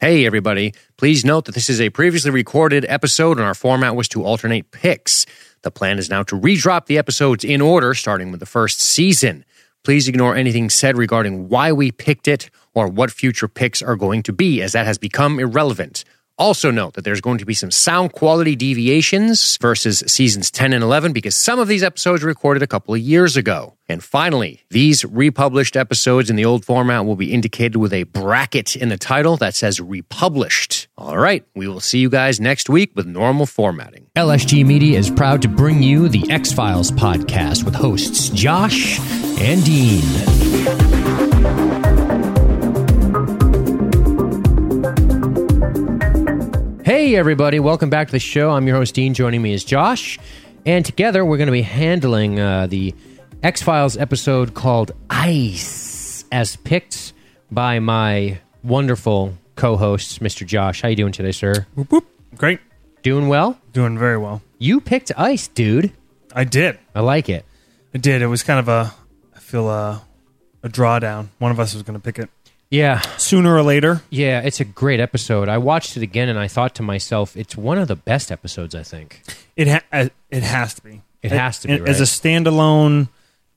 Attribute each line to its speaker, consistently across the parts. Speaker 1: Hey, everybody. Please note that this is a previously recorded episode, and our format was to alternate picks. The plan is now to redrop the episodes in order, starting with the first season. Please ignore anything said regarding why we picked it or what future picks are going to be, as that has become irrelevant. Also, note that there's going to be some sound quality deviations versus seasons 10 and 11 because some of these episodes were recorded a couple of years ago. And finally, these republished episodes in the old format will be indicated with a bracket in the title that says republished. All right, we will see you guys next week with normal formatting. LSG Media is proud to bring you the X Files podcast with hosts Josh and Dean. Hey, everybody, welcome back to the show. I'm your host, Dean. Joining me is Josh. And together, we're going to be handling uh, the X Files episode called Ice, as picked by my wonderful co host, Mr. Josh. How you doing today, sir?
Speaker 2: Whoop, whoop. Great.
Speaker 1: Doing well?
Speaker 2: Doing very well.
Speaker 1: You picked Ice, dude.
Speaker 2: I did.
Speaker 1: I like it.
Speaker 2: I did. It was kind of a, I feel a, a drawdown. One of us was going to pick it
Speaker 1: Yeah,
Speaker 2: sooner or later.
Speaker 1: yeah, it's a great episode. I watched it again and I thought to myself, it's one of the best episodes, I think.
Speaker 2: It ha- uh, it has to be.
Speaker 1: It has to be,
Speaker 2: As a
Speaker 1: right?
Speaker 2: standalone,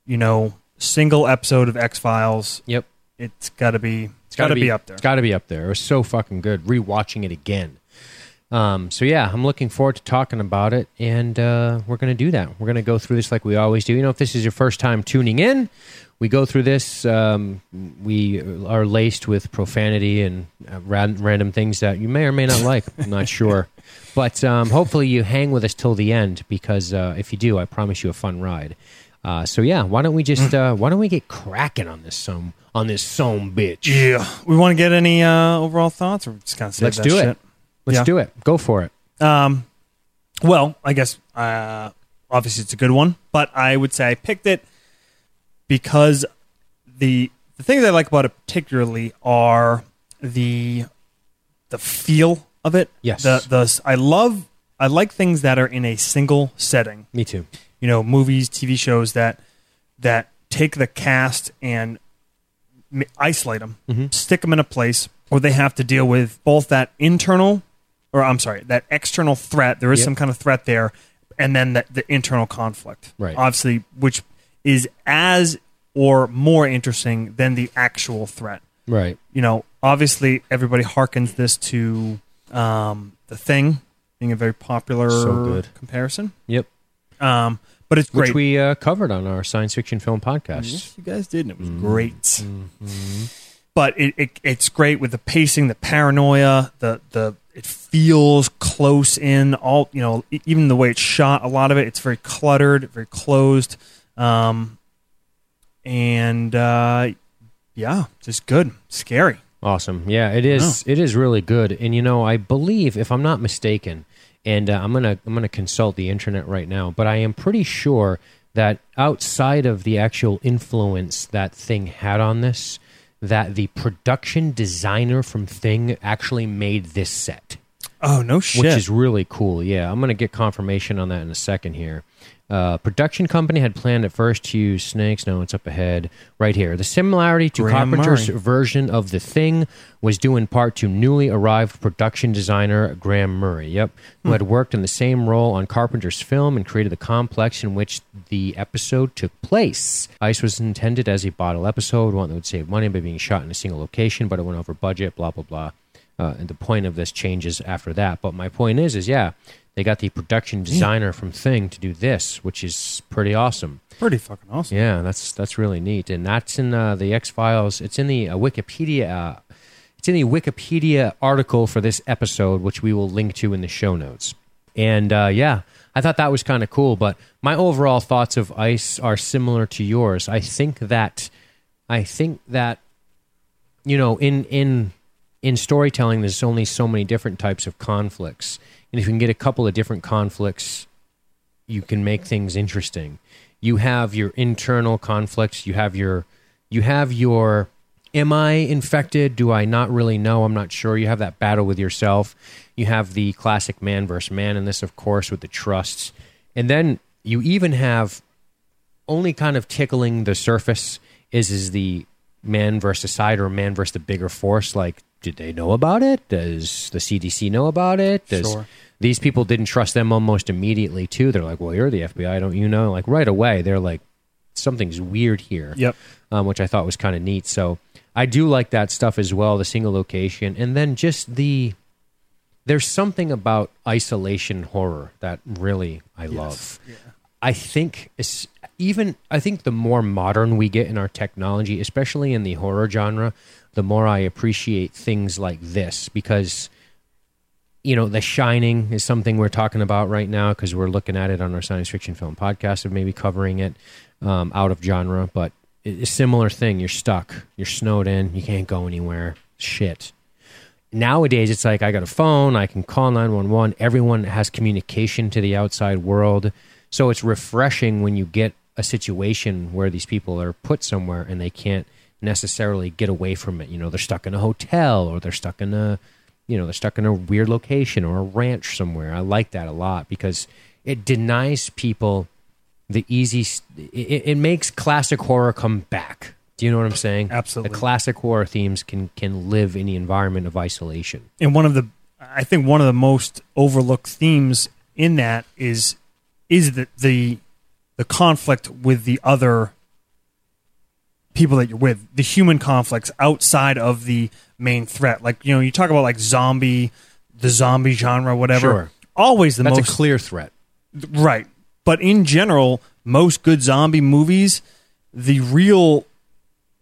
Speaker 2: you know, single episode of X Files,
Speaker 1: Yep.
Speaker 2: it's got to be. It's
Speaker 1: gotta
Speaker 2: got to be, up there.
Speaker 1: It's got to be up there. It was so fucking good. Rewatching it again. Um, so yeah, I'm looking forward to talking about it, and uh, we're gonna do that. We're gonna go through this like we always do. You know, if this is your first time tuning in, we go through this. Um, we are laced with profanity and uh, ran- random things that you may or may not like. I'm not sure, but um, hopefully you hang with us till the end because uh, if you do, I promise you a fun ride. Uh, so yeah, why don't we just
Speaker 2: Mm.
Speaker 1: uh, why don't we get cracking on this some on this some bitch?
Speaker 2: yeah. We want to get any uh, overall thoughts, or just kind of save
Speaker 1: Let's
Speaker 2: that
Speaker 1: do it.
Speaker 2: shit?
Speaker 1: Let's
Speaker 2: Yeah.
Speaker 1: do it. Go for it.
Speaker 2: Um, well, I guess uh, obviously it's a good one, but I would say I picked it because the the things I like about it particularly are the the feel of it.
Speaker 1: Yes.
Speaker 2: The the I love I like things that are in a single setting
Speaker 1: Me too.
Speaker 2: you know movies tv shows that that take the cast and m- isolate them
Speaker 1: Mm-hmm.
Speaker 2: stick them in a place where they have to deal with both that internal or i'm sorry that external threat there is
Speaker 1: Yep.
Speaker 2: some kind of threat there and then the, the internal conflict
Speaker 1: Right.
Speaker 2: obviously which is as or more interesting than the actual threat
Speaker 1: Right.
Speaker 2: you know, obviously everybody harkens this to um, the thing being a very popular
Speaker 1: So good.
Speaker 2: comparison.
Speaker 1: Yep.
Speaker 2: Um, but it's
Speaker 1: Which
Speaker 2: great.
Speaker 1: we uh, covered on our science fiction film podcast.
Speaker 2: Yes, you guys did, and it was
Speaker 1: Mm.
Speaker 2: great.
Speaker 1: Mm-hmm.
Speaker 2: But it, it it's great with the pacing, the paranoia, the the it feels close in all you know, e- even the way it's shot. A lot of it, it's very cluttered, very closed, um, and uh, yeah, just good, scary.
Speaker 1: Awesome. Yeah, it is. It is really good. And you know, I believe, if I'm not mistaken, and uh, I'm gonna I'm gonna consult the internet right now, but I am pretty sure that outside of the actual influence that Thing had on this, that the production designer from Thing actually made this set.
Speaker 2: Oh no shit!
Speaker 1: which is really cool. Yeah, I'm going to get confirmation on that in a second here. Uh, production company had planned at first to use snakes. No, it's up ahead right here. The similarity to
Speaker 2: Graham
Speaker 1: Carpenter's
Speaker 2: Murray.
Speaker 1: version of The Thing was due in part to newly arrived production designer Graham Murray, yep, who
Speaker 2: Hmm.
Speaker 1: had worked in the same role on Carpenter's film and created the complex in which the episode took place. Ice was intended as a bottle episode, one that would save money by being shot in a single location, but it went over budget, blah, blah, blah uh, and the point of this changes after that. But my point is, is yeah, they got the production designer from Thing to do this, which is pretty awesome.
Speaker 2: pretty fucking awesome.
Speaker 1: Yeah, that's that's really neat, and that's in uh, the X Files. It's in the uh, Wikipedia. Uh, it's in the Wikipedia article for this episode, which we will link to in the show notes. And uh, yeah, I thought that was kind of cool. But my overall thoughts of Ice are similar to yours. I think that, I think that, you know, in in in storytelling, there's only so many different types of conflicts, and if you can get a couple of different conflicts you can make things interesting. You have your internal conflicts. You have your you have your am I infected? Do I not really know? I'm not sure. You have that battle with yourself. You have the classic man versus man in this, of course, with the trusts. And then you even have only kind of tickling the surface is is the man versus side or man versus the bigger force like did they know about it? Does the CDC know about it? Does
Speaker 2: Sure.
Speaker 1: these people didn't trust them almost immediately too? They're like, well, you're the FBI, don't you know? Like right away, they're like, something's weird here
Speaker 2: Yep.
Speaker 1: um, which I thought was kind of neat. So I do like that stuff as well, the single location, and then just the there's something about isolation horror that really I love. I think it's even I think the more modern we get in our technology, especially in the horror genre, the more I appreciate things like this because you know, The Shining is something we're talking about right now because we're looking at it on our science fiction film podcast of maybe covering it um, out of genre, but it's a similar thing. You're stuck, you're snowed in, you can't go anywhere. Shit. Nowadays, it's like I got a phone, I can call 911. Everyone has communication to the outside world. So it's refreshing when you get a situation where these people are put somewhere and they can't necessarily get away from it. You know, they're stuck in a hotel or they're stuck in a you know they're stuck in a weird location or a ranch somewhere i like that a lot because it denies people the easy it, it makes classic horror come back do you know what i'm saying
Speaker 2: Absolutely.
Speaker 1: the classic horror themes can can live in the environment of isolation
Speaker 2: and one of the I think one of the most overlooked themes in that is is the the, the conflict with the other people that you're with, the human conflicts outside of the main threat. Like you know, you talk about like zombie, the zombie genre, whatever.
Speaker 1: Sure.
Speaker 2: Always the
Speaker 1: that's
Speaker 2: most
Speaker 1: a clear threat
Speaker 2: Right. But in general, most good zombie movies, the real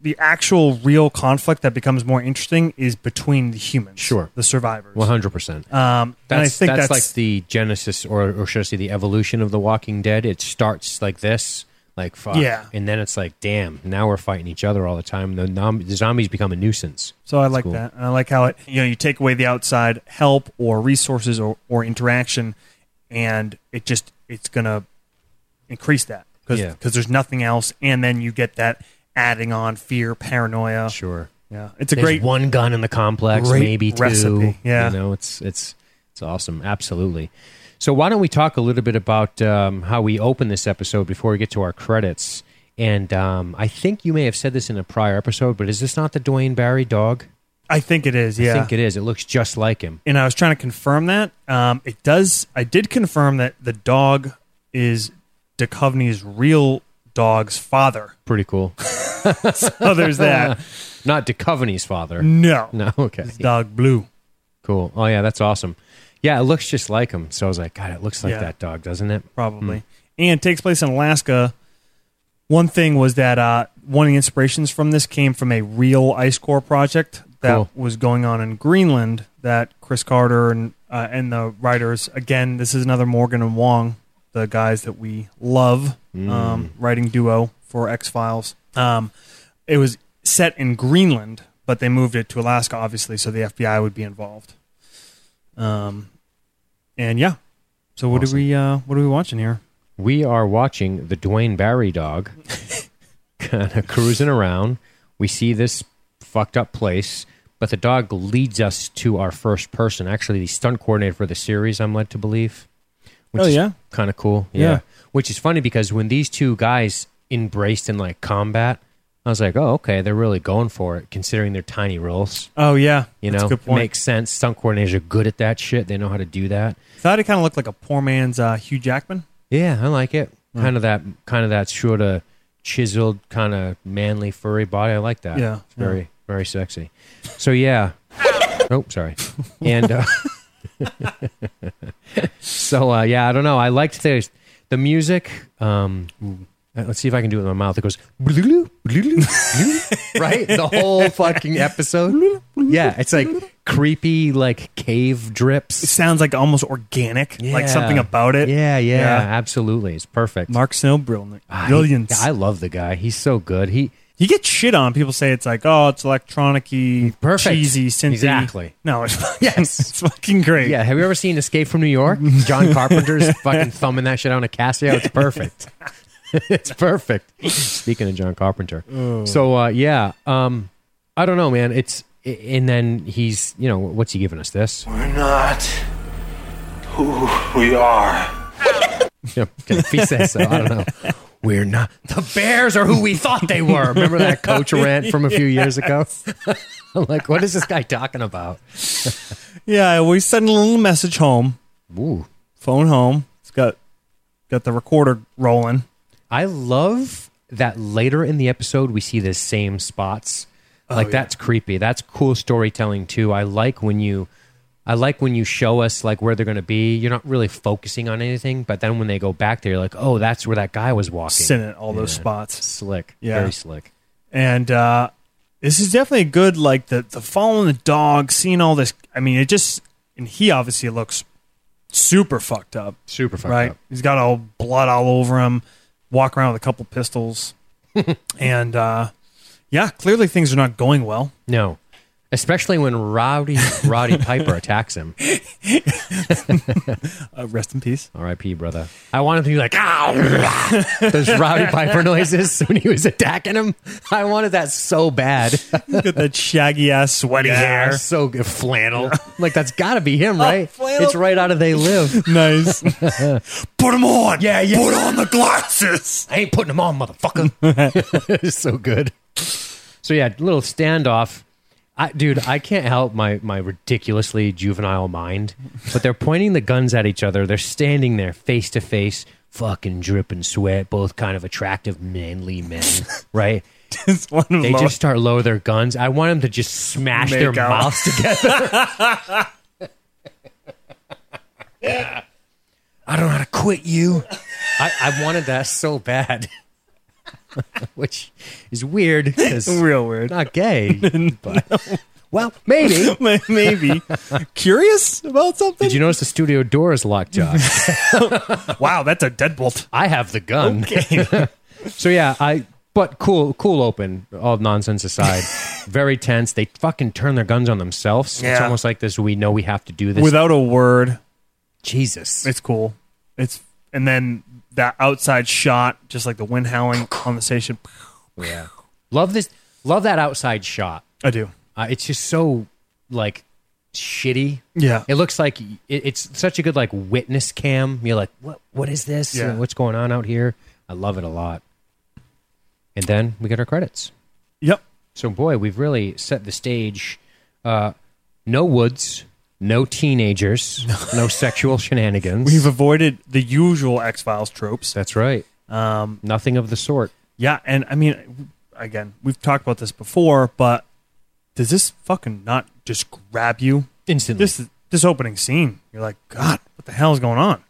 Speaker 2: the actual real conflict that becomes more interesting is between the humans.
Speaker 1: Sure.
Speaker 2: The survivors.
Speaker 1: 100%
Speaker 2: Um and I
Speaker 1: that's,
Speaker 2: think
Speaker 1: that's,
Speaker 2: that's,
Speaker 1: like the genesis or, or should i say the evolution of the walking dead it starts like this like fuck
Speaker 2: Yeah.
Speaker 1: and then it's like damn now we're fighting each other all the time the, nom- the zombies become a nuisance
Speaker 2: so I like
Speaker 1: cool.
Speaker 2: that. And I like how it you know, you take away the outside help or resources or, or interaction and it just it's gonna increase that. Because
Speaker 1: Yeah.
Speaker 2: there's nothing else and then you get that adding on fear, paranoia.
Speaker 1: sure
Speaker 2: Yeah. It's a
Speaker 1: There's
Speaker 2: great
Speaker 1: one gun in the complex,
Speaker 2: great
Speaker 1: maybe two.
Speaker 2: recipe, yeah.
Speaker 1: you know, it's it's it's awesome. Absolutely. So why don't we talk a little bit about um, how we open this episode before we get to our credits? And um, I think you may have said this in a prior episode, but is this not the Dwayne Barry dog?
Speaker 2: I think it is, yeah.
Speaker 1: I think it is. It looks just like him.
Speaker 2: and I was trying to confirm that. Um, it does. I did confirm that the dog is Duchovny's real dog's father.
Speaker 1: Pretty cool.
Speaker 2: So there's that.
Speaker 1: Not Duchovny's father.
Speaker 2: No,
Speaker 1: No. Okay.
Speaker 2: It's dog blue.
Speaker 1: Cool. Oh yeah, that's awesome. Yeah, it looks just like him. So I was like, God, it looks like
Speaker 2: Yeah.
Speaker 1: that dog, doesn't it?
Speaker 2: probably. And takes place in Alaska. One thing was that uh, one of the inspirations from this came from a real ice core project that
Speaker 1: Cool.
Speaker 2: was going on in Greenland. That Chris Carter and uh, and the writers again. This is another Morgan and Wong, the guys that we love,
Speaker 1: Mm.
Speaker 2: um, writing duo for X Files. Um, it was set in Greenland, but they moved it to Alaska, obviously, so the FBI would be involved. Um, and yeah, so what do
Speaker 1: Awesome.
Speaker 2: we uh, what are we watching here?
Speaker 1: We are watching the Dwayne Barry dog kind of cruising around. We see this fucked up place, but the dog leads us to our first person. Actually, the stunt coordinator for the series, I'm led to believe. Which
Speaker 2: Oh,
Speaker 1: is
Speaker 2: yeah?
Speaker 1: Kind of cool. Yeah.
Speaker 2: Yeah.
Speaker 1: Which is funny because when these two guys embraced in like combat, I was like, oh, okay, they're really going for it considering their tiny roles.
Speaker 2: Oh yeah,
Speaker 1: You
Speaker 2: That's
Speaker 1: know,
Speaker 2: a good point.
Speaker 1: makes sense. Stunt coordinators are good at that shit. They know how to do that.
Speaker 2: Thought it kind of looked like a poor man's uh, Hugh Jackman.
Speaker 1: Yeah, I like it. Kind of that, kind of that sort of chiseled, kind of manly, furry body. I like that.
Speaker 2: Yeah,
Speaker 1: it's very, very sexy. So yeah. oh, sorry. And uh, so uh, yeah, I don't know. I liked the the music. Um, uh, let's see if I can do it with my mouth. It goes right the whole fucking episode. Yeah, it's like creepy, like cave drips.
Speaker 2: It sounds like almost organic,
Speaker 1: Yeah.
Speaker 2: like something about it.
Speaker 1: Yeah, yeah,
Speaker 2: Yeah.
Speaker 1: absolutely. It's perfect.
Speaker 2: Mark Snow, brilliant,
Speaker 1: Ah, he-
Speaker 2: brilliant.
Speaker 1: I love the guy. He's so good. He
Speaker 2: You get shit on. People say it's like, oh, it's electronic-y,
Speaker 1: Perfect.
Speaker 2: cheesy, synthy.
Speaker 1: Exactly.
Speaker 2: No, it's fucking, it's fucking great.
Speaker 1: yeah. Have you ever seen Escape from New York? John Carpenter's fucking thumbing that shit on a Casio. It's perfect. it's perfect. Speaking of John Carpenter, so uh, yeah, um, I don't know, man. It's and then he's you know what's he giving us this?
Speaker 3: We're not who we are.
Speaker 1: Yeah, okay, if he says so, I don't know. We're not the Bears are who we thought they were. Remember that coach rant from a few years ago? I'm like, what is this guy talking about?
Speaker 2: Yeah, we send a little message home,
Speaker 1: Ooh.
Speaker 2: phone home. It's got got the recorder rolling.
Speaker 1: I love that later in the episode we see the same spots. Like that's creepy. That's cool storytelling too. I like when you I like when you show us like where they're going to be. You're not really focusing on anything, but then when they go back there you're like, "Oh, that's where that guy was walking."
Speaker 2: Send it all those
Speaker 1: Yeah.
Speaker 2: spots.
Speaker 1: Slick.
Speaker 2: Yeah.
Speaker 1: Very slick.
Speaker 2: and uh, this is definitely a good like the the following the dog, seeing all this. I mean, it just and he obviously looks super fucked up,
Speaker 1: Super fucked
Speaker 2: right?
Speaker 1: up.
Speaker 2: He's got all blood all over him, walk around with a couple pistols, and uh, yeah, clearly things are not going well.
Speaker 1: No. Especially when Rowdy Roddy Piper attacks him.
Speaker 2: Uh, rest in peace.
Speaker 1: R.I.P. brother. I wanted to be like, ow! Those Rowdy Piper noises when he was attacking him. I wanted that so bad.
Speaker 2: Look at that shaggy ass, sweaty
Speaker 1: Yeah, so good. Flannel. like, that's got to be him, right?
Speaker 2: flannel.
Speaker 1: It's right out of They Live.
Speaker 2: hair. Nice. Put him on.
Speaker 1: Yeah, yeah.
Speaker 2: Put on the glasses.
Speaker 1: I ain't putting him on, motherfucker. it's so good. So, yeah, little standoff. I, dude, I can't help my, my ridiculously juvenile mind, but they're pointing the guns at each other. They're standing there face to face, fucking dripping sweat, both kind of attractive, manly men, right?
Speaker 2: It's one of
Speaker 1: They
Speaker 2: those-
Speaker 1: just start lower their guns. I want them to just smash
Speaker 2: Make
Speaker 1: their
Speaker 2: out.
Speaker 1: mouths together. I don't know how to quit you. I, I wanted that so bad, which is weird because
Speaker 2: real weird.
Speaker 1: not gay. But well, maybe.
Speaker 2: Maybe curious about something.
Speaker 1: Did you notice the studio door is locked, Josh?
Speaker 2: Wow, that's a deadbolt.
Speaker 1: I have the gun. So yeah, I but cool, cool open. All nonsense aside, very tense. They fucking turn their guns on themselves. It's
Speaker 2: Yeah.
Speaker 1: almost like this. We know we have to do this.
Speaker 2: Without a word,
Speaker 1: Jesus,
Speaker 2: it's cool. It's and then that outside shot, just like the wind howling on the station.
Speaker 1: yeah. Love this. Love that outside shot.
Speaker 2: I do.
Speaker 1: Uh, it's just so like shitty.
Speaker 2: Yeah.
Speaker 1: It looks like it, it's such a good like witness cam. You're like, what? What is this?
Speaker 2: Yeah.
Speaker 1: What's going on out here? I love it a lot. And then we get our credits.
Speaker 2: Yep.
Speaker 1: So, boy, we've really set the stage. Uh, no woods, no teenagers, no sexual shenanigans.
Speaker 2: We've avoided the usual X Files tropes.
Speaker 1: That's right.
Speaker 2: Um,
Speaker 1: Nothing of the sort.
Speaker 2: yeah, and I mean, again, we've talked about this before, but does this fucking not just grab you?
Speaker 1: Instantly.
Speaker 2: This this opening scene, you're like, God, what the hell is going on?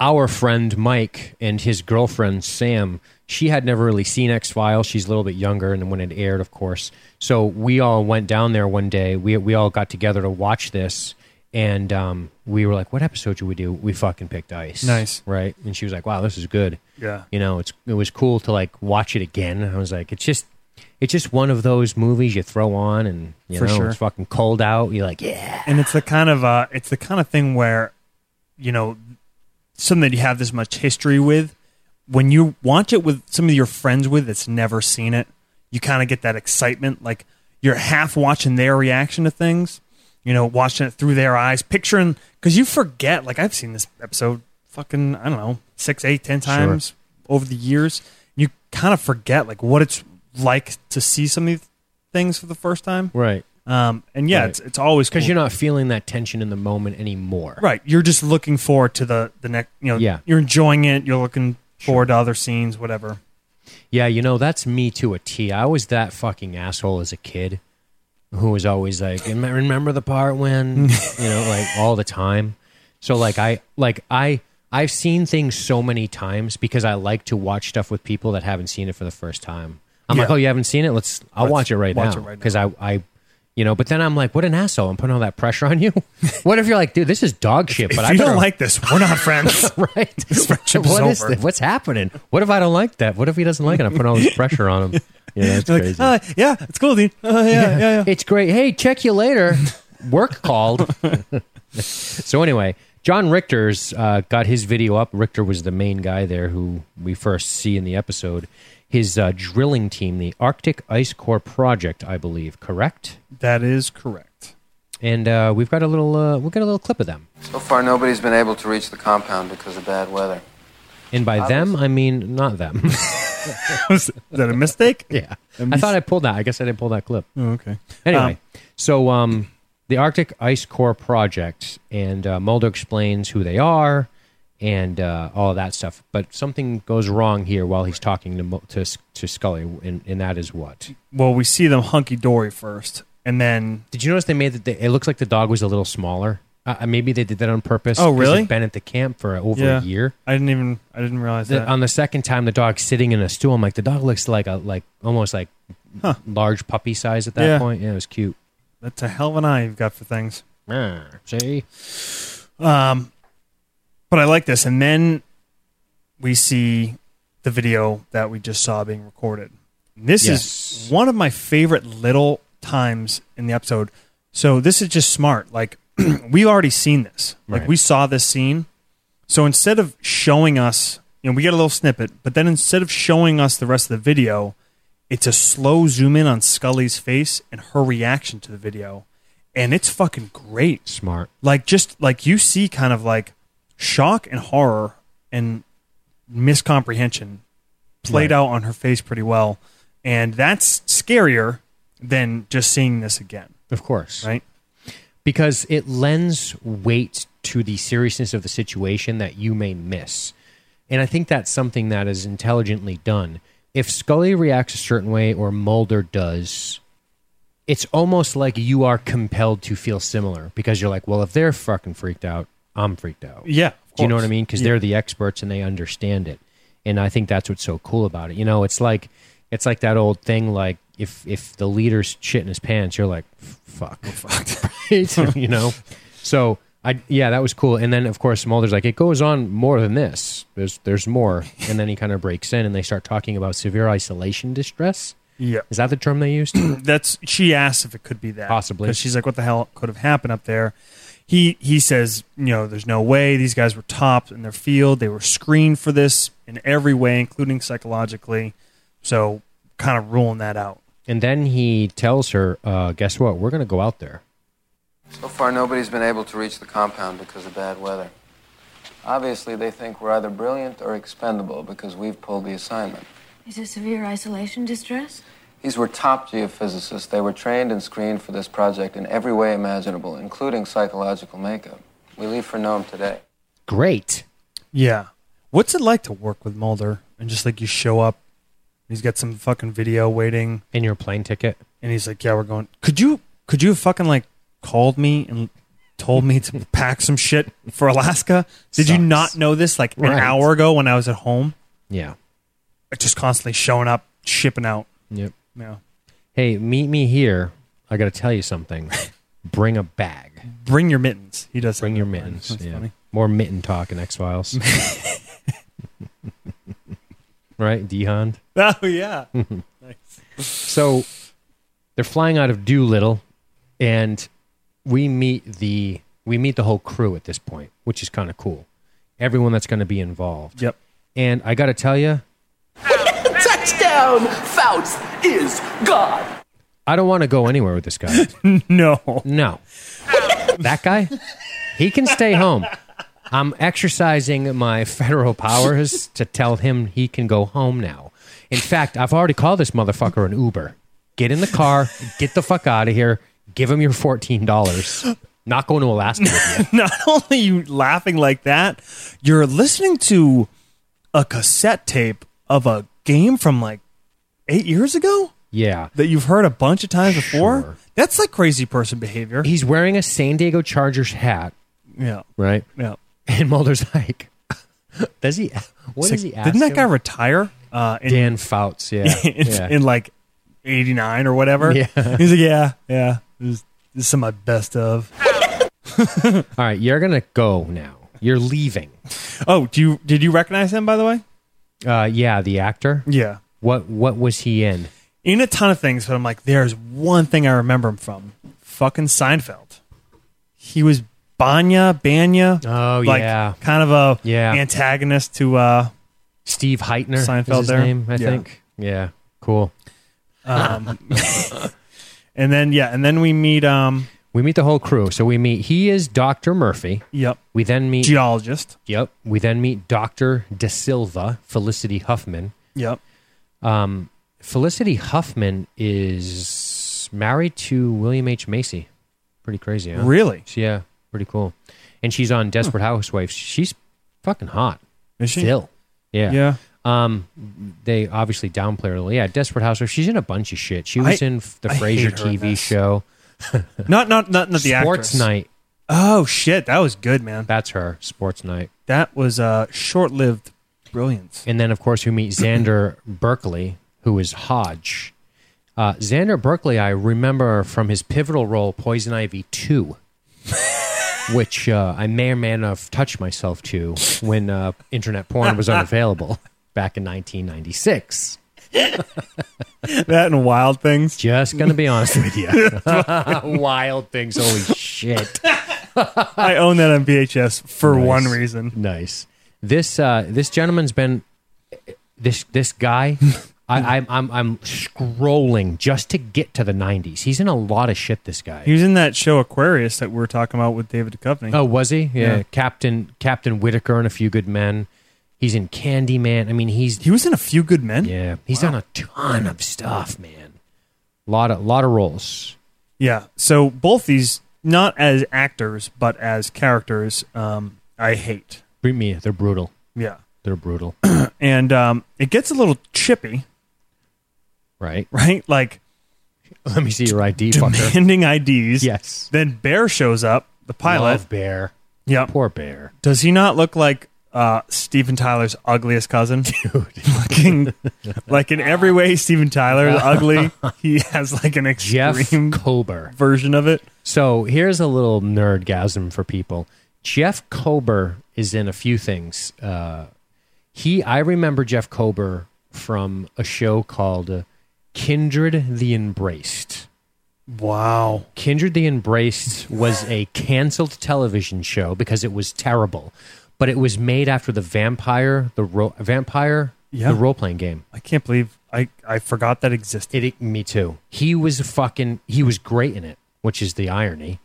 Speaker 1: Our friend Mike and his girlfriend Sam, she had never really seen X Files. She's a little bit younger, and when it aired, of course. So, we all went down there one day. We, we all got together to watch this. And um, we were like, what episode should we do? We fucking picked Ice.
Speaker 2: Nice.
Speaker 1: Right? And she was like, wow, this is good.
Speaker 2: Yeah.
Speaker 1: you know it's it was cool to like watch it again i was like it's just it's just one of those movies you throw on and you
Speaker 2: For
Speaker 1: know
Speaker 2: sure.
Speaker 1: it's fucking cold out you're like yeah
Speaker 2: and it's the kind of uh, it's the kind of thing where you know something that you have this much history with when you watch it with some of your friends with that's never seen it you kind of get that excitement like you're half watching their reaction to things you know watching it through their eyes picturing because you forget like i've seen this episode fucking i don't know six eight ten
Speaker 1: Sure.
Speaker 2: times over the years you kind of forget like what it's like to see some of these things for the first time
Speaker 1: right
Speaker 2: um, and yeah
Speaker 1: Right.
Speaker 2: it's, it's always
Speaker 1: because
Speaker 2: cool.
Speaker 1: you're not feeling that tension in the moment anymore
Speaker 2: Right. You're just looking forward to the the next. You know.
Speaker 1: Yeah.
Speaker 2: You're enjoying it. You're looking forward to other scenes, whatever.
Speaker 1: yeah you know that's me to a t i was that fucking asshole as a kid who was always like "Rem- remember the part when you know like all the time so like i like i i've seen things so many times because i like to watch stuff with people that haven't seen it for the first time i'm like
Speaker 2: Yeah.
Speaker 1: oh you haven't seen it let's i'll
Speaker 2: Let's
Speaker 1: watch it right
Speaker 2: watch
Speaker 1: now
Speaker 2: it right now.
Speaker 1: because i i you know but then i'm like what an asshole i'm putting all that pressure on you what if you're like dude this is dog shit but
Speaker 2: if
Speaker 1: i
Speaker 2: you
Speaker 1: better-
Speaker 2: don't like this, we're not friends.
Speaker 1: right
Speaker 2: friendship is
Speaker 1: What is
Speaker 2: over.
Speaker 1: thi- what's happening what if i don't like that what if he doesn't like it i put all this pressure on him yeah that's
Speaker 2: You're
Speaker 1: crazy
Speaker 2: like, uh, yeah, it's cool, dude. Uh, yeah, yeah, yeah.
Speaker 1: it's great. Hey, check you later. Work called. so anyway, John Richter's uh, got his video up. Richter was the main guy there who we first see in the episode. His uh, drilling team, the Arctic Ice Core Project, I believe, correct?
Speaker 2: That is correct.
Speaker 1: And uh, we've got a little, uh, we've got a little clip of them.
Speaker 3: So far, nobody's been able to reach the compound because of bad weather.
Speaker 1: And by them, I mean not them.
Speaker 2: Was that a mistake?
Speaker 1: yeah. I thought I pulled that. I guess I didn't pull that clip.
Speaker 2: Oh, okay.
Speaker 1: Anyway,
Speaker 2: Um,
Speaker 1: so um, the Arctic Ice Core Project, and uh, Mulder explains who they are and uh, all that stuff. But something goes wrong here while he's talking to Mul- to, to Scully, and, and that is what.
Speaker 2: Well, we see them hunky dory first, and then
Speaker 1: Did you notice they made that? They, it looks like the dog was a little smaller. Uh, uh, maybe they did that on purpose.
Speaker 2: Oh,
Speaker 1: 'cause
Speaker 2: really?
Speaker 1: It's been at the camp for uh, over
Speaker 2: Yeah.
Speaker 1: a year.
Speaker 2: I didn't even I didn't realize
Speaker 1: The- uh,
Speaker 2: that.
Speaker 1: on the second time, the dog's sitting in a stool. I'm like, the dog looks like a like almost like
Speaker 2: Huh.
Speaker 1: large puppy size at that
Speaker 2: Yeah.
Speaker 1: point. Yeah, it was cute.
Speaker 2: That's a hell of an eye you've got for things.
Speaker 1: Ah, See,
Speaker 2: Um, but I like this, and then we see the video that we just saw being recorded. This
Speaker 1: Yes.
Speaker 2: is one of my favorite little times in the episode. So this is just smart. Like we've already seen this. Like
Speaker 1: Right.
Speaker 2: we saw this scene. So instead of showing us, you know, we get a little snippet, but then instead of showing us the rest of the video, it's a slow zoom in on Scully's face and her reaction to the video. And it's fucking great
Speaker 1: smart.
Speaker 2: like just like you see kind of like shock and horror and miscomprehension played
Speaker 1: Right.
Speaker 2: out on her face pretty well and that's scarier than just seeing this again
Speaker 1: Of course.
Speaker 2: right
Speaker 1: because it lends weight to the seriousness of the situation that you may miss. And I think that's something that is intelligently done. If Scully reacts a certain way or Mulder does, it's almost like you are compelled to feel similar because you're like, well, if they're fucking freaked out, I'm freaked out.
Speaker 2: yeah of
Speaker 1: Do you know
Speaker 2: course.
Speaker 1: what I mean? Because
Speaker 2: Yeah.
Speaker 1: they're the experts and they understand it. And I think that's what's so cool about it. You know, it's like it's like that old thing. Like if if the leader's shit in his pants, you're like, fuck, right? you know. So I yeah, that was cool. And then of course Mulder's like, it goes on more than this. There's there's more. And then he kind of breaks in and they start talking about severe isolation distress.
Speaker 2: yeah
Speaker 1: Is that the term they used?
Speaker 2: that's she asks if it could be that
Speaker 1: Possibly.
Speaker 2: 'Cause she's like what the hell could have happened up there he he says you know there's no way these guys were topped in their field they were screened for this in every way including psychologically so kind of ruling that out
Speaker 1: and then he tells her, uh, guess what? We're gonna go out there.
Speaker 3: So far, nobody's been able to reach the compound because of bad weather. Obviously, they think we're either brilliant or expendable because we've pulled the assignment.
Speaker 4: Is it severe isolation distress?
Speaker 3: These were top geophysicists. They were trained and screened for this project in every way imaginable, including psychological makeup. We leave for Nome today.
Speaker 1: Great.
Speaker 2: Yeah. What's it like to work with Mulder and just like you show up, he's got some fucking video waiting,
Speaker 1: And your plane ticket.
Speaker 2: and he's like, "Yeah, we're going." Could you could you have fucking like called me and told me to pack some shit for Alaska? Did you
Speaker 1: Sucks.
Speaker 2: not know this like an
Speaker 1: Right.
Speaker 2: hour ago when I was at home?
Speaker 1: Yeah.
Speaker 2: Just constantly showing up, shipping out.
Speaker 1: Yep.
Speaker 2: Yeah.
Speaker 1: hey, meet me here. I got to tell you something. Bring a bag.
Speaker 2: Bring your mittens. He does. say
Speaker 1: Bring your
Speaker 2: that, right?
Speaker 1: mittens.
Speaker 2: That's
Speaker 1: Yeah.
Speaker 2: funny.
Speaker 1: More mitten talk in X Files. right, Dehan.
Speaker 2: Oh yeah. nice.
Speaker 1: So they're flying out of Doolittle, and we meet the we meet the whole crew at this point, which is kind of cool. Everyone that's going to be involved.
Speaker 2: Yep.
Speaker 1: And I got to tell you,
Speaker 5: Touchdown! Faust is God!
Speaker 1: I don't want to go anywhere with this guy.
Speaker 2: No.
Speaker 1: No. that guy? He can stay home. I'm exercising my federal powers to tell him he can go home now. In fact, I've already called this motherfucker an Uber. Get in the car, get the fuck out of here, give him your $14. Not going to Alaska with you.
Speaker 2: not only you laughing like that, you're listening to a cassette tape of a game from like eight years ago
Speaker 1: Yeah.
Speaker 2: that you've heard a bunch of times before.
Speaker 1: Sure.
Speaker 2: That's like crazy person behavior.
Speaker 1: He's wearing a San Diego Chargers hat,
Speaker 2: yeah,
Speaker 1: right?
Speaker 2: yeah.
Speaker 1: And Mulder's like, does he, what
Speaker 2: It's
Speaker 1: does
Speaker 2: like,
Speaker 1: he ask
Speaker 2: didn't that
Speaker 1: him?
Speaker 2: guy retire uh, in,
Speaker 1: Dan Fouts, yeah.
Speaker 2: in,
Speaker 1: yeah.
Speaker 2: in, like '89 or whatever?
Speaker 1: Yeah.
Speaker 2: He's like, yeah, yeah. This, this is some of my best of.
Speaker 1: All right, you're going to go now. You're leaving.
Speaker 2: Oh, do you did you recognize him by the way?
Speaker 1: Uh, yeah, the actor.
Speaker 2: Yeah.
Speaker 1: What what was he in?
Speaker 2: In a ton of things, but I'm like, there's one thing I remember him from. Fucking Seinfeld. He was Banya, Banya.
Speaker 1: Oh,
Speaker 2: like,
Speaker 1: yeah.
Speaker 2: Kind of a
Speaker 1: Yeah.
Speaker 2: antagonist to uh
Speaker 1: Steve Heitner. is
Speaker 2: Seinfeld
Speaker 1: his
Speaker 2: there?
Speaker 1: name, I
Speaker 2: Yeah.
Speaker 1: think. Yeah. Cool.
Speaker 2: um and then yeah, and then we meet um
Speaker 1: We meet the whole crew. So we meet. He is Doctor Murphy.
Speaker 2: Yep.
Speaker 1: We then meet.
Speaker 2: Geologist.
Speaker 1: Yep. We then meet Doctor De Silva, Felicity Huffman.
Speaker 2: Yep.
Speaker 1: Felicity Huffman is married to William H Macy. Pretty crazy. Huh?
Speaker 2: Really?
Speaker 1: So, yeah. Pretty cool. And she's on Desperate Housewives. She's fucking hot.
Speaker 2: Is she?
Speaker 1: Still. Yeah.
Speaker 2: Yeah.
Speaker 1: Um, they obviously downplay her. a little. Yeah, Desperate Housewives. She's in a bunch of shit. She was
Speaker 2: I-
Speaker 1: in f- the
Speaker 2: I hate
Speaker 1: Frasier
Speaker 2: her in
Speaker 1: TV
Speaker 2: this.
Speaker 1: show,
Speaker 2: Not not not, not the
Speaker 1: Sports
Speaker 2: actress.
Speaker 1: Night.
Speaker 2: Oh shit, that was good, man.
Speaker 1: That's her. Sports Night.
Speaker 2: That was uh short-lived brilliance.
Speaker 1: And then, of course, we meet Xander Berkeley, who is Hodge. Uh, Xander Berkeley, I remember from his pivotal role, Poison Ivy 2, which uh, I may or may not have touched myself to when uh, internet porn was unavailable back in 1996.
Speaker 2: that and Wild Things.
Speaker 1: Just going to be honest with you. Wild things. Holy shit.
Speaker 2: I own that on VHS for
Speaker 1: Nice.
Speaker 2: one reason.
Speaker 1: Nice. This uh, this gentleman's been this this guy. I, I'm I'm I'm scrolling just to get to the '90s. He's in a lot of shit. This guy.
Speaker 2: He was in that show Aquarius that we were talking about with David Duchovny.
Speaker 1: oh, was he? Yeah.
Speaker 2: Yeah.
Speaker 1: Captain Captain Whitaker and a few good men. He's in Candyman. I mean, he's
Speaker 2: He was in A Few Good Men.
Speaker 1: yeah. He's done a ton of stuff, man. Lot of lot of roles.
Speaker 2: Yeah. So both these, not as actors but as characters, um, I hate.
Speaker 1: Bring me. They're brutal.
Speaker 2: Yeah.
Speaker 1: They're brutal.
Speaker 2: And um, it gets a little chippy,
Speaker 1: right.
Speaker 2: right? Like
Speaker 1: Let me see your ID, fucker.
Speaker 2: demanding IDs.
Speaker 1: Yes.
Speaker 2: Then Bear shows up, the pilot.
Speaker 1: Love bear.
Speaker 2: Yeah.
Speaker 1: Poor bear.
Speaker 2: Does he not look like uh, Steven Tyler's ugliest cousin? Dude. Looking like in every way Steven Tyler is ugly. He has like an
Speaker 1: Jeff
Speaker 2: extreme
Speaker 1: Kober.
Speaker 2: version of it.
Speaker 1: So here's a little nerdgasm for people. Jeff Kober is in a few things. Uh, he, I remember Jeff Kober from a show called uh, Kindred the Embraced.
Speaker 2: Wow.
Speaker 1: Kindred the Embraced was a canceled television show because it was terrible, but it was made after the vampire, the ro- vampire,
Speaker 2: Yeah.
Speaker 1: the role playing game.
Speaker 2: I can't believe I, I forgot that existed.
Speaker 1: It, it- me too. He was fucking. He was great in it, which is the irony.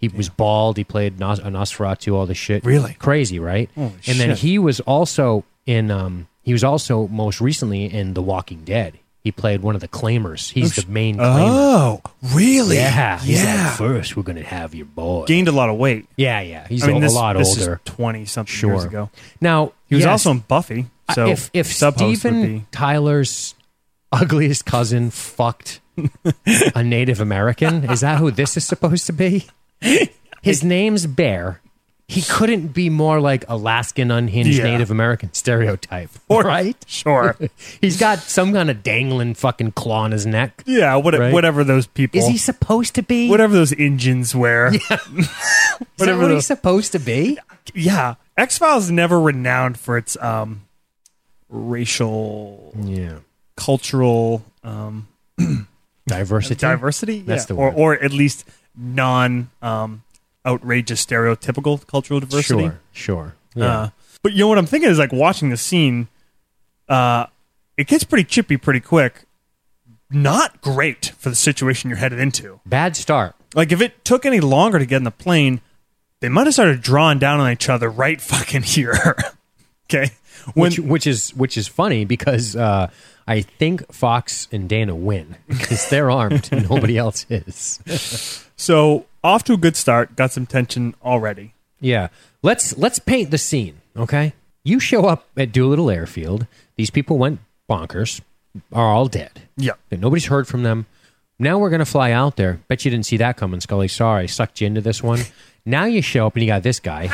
Speaker 1: He was bald. He played Nos- a Nosferatu. All this shit.
Speaker 2: Really?
Speaker 1: crazy, right?
Speaker 2: Holy
Speaker 1: and then
Speaker 2: shit.
Speaker 1: he was also in. Um, he was also most recently in The Walking Dead. He played one of the claimers. He's the main claimer.
Speaker 2: Oh, really?
Speaker 1: yeah, he's like,
Speaker 2: Yeah.
Speaker 1: First, we're gonna have your boy.
Speaker 2: Gained a lot of weight.
Speaker 1: yeah, yeah. He's
Speaker 2: I mean,
Speaker 1: a,
Speaker 2: this,
Speaker 1: a lot
Speaker 2: this
Speaker 1: older.
Speaker 2: Is 20 something
Speaker 1: sure.
Speaker 2: years ago.
Speaker 1: Now
Speaker 2: He was
Speaker 1: yes,
Speaker 2: also in Buffy. So
Speaker 1: if if
Speaker 2: sub-host would
Speaker 1: Steven
Speaker 2: be-
Speaker 1: Tyler's ugliest cousin fucked a Native American, is that who this is supposed to be? His name's Bear. He couldn't be more like Alaskan unhinged
Speaker 2: Yeah.
Speaker 1: Native American stereotype, right?
Speaker 2: Sure.
Speaker 1: He's got some kind of dangling fucking claw on his neck.
Speaker 2: Yeah, what,
Speaker 1: Right.
Speaker 2: whatever those people.
Speaker 1: Is he supposed to be?
Speaker 2: whatever those engines wear.
Speaker 1: is that
Speaker 2: whatever
Speaker 1: what
Speaker 2: the-
Speaker 1: he's supposed to be?
Speaker 2: yeah x files never renowned for its um racial
Speaker 1: Yeah,
Speaker 2: cultural um
Speaker 1: diversity.
Speaker 2: diversity
Speaker 1: That's the
Speaker 2: or,
Speaker 1: word.
Speaker 2: or at least non um outrageous stereotypical cultural diversity
Speaker 1: Sure, sure. Yeah.
Speaker 2: uh, but you know what i'm thinking is like watching the scene uh it gets pretty chippy pretty quick not great for the situation you're headed into
Speaker 1: Bad start.
Speaker 2: like if it took any longer to get in the plane, they might have started drawing down on each other right fucking here. okay. When
Speaker 1: which, which is which is funny because uh, I think Fox and Dana win because they're armed and nobody else is.
Speaker 2: so off to a good start, got some tension already.
Speaker 1: Yeah, let's let's paint the scene. Okay, you show up at Doolittle Airfield. These people went bonkers, are all dead.
Speaker 2: Yeah.
Speaker 1: nobody's heard from them. Now we're gonna fly out there. Bet you didn't see that coming, Scully. Sorry, I sucked you into this one. Now you show up and you got this guy,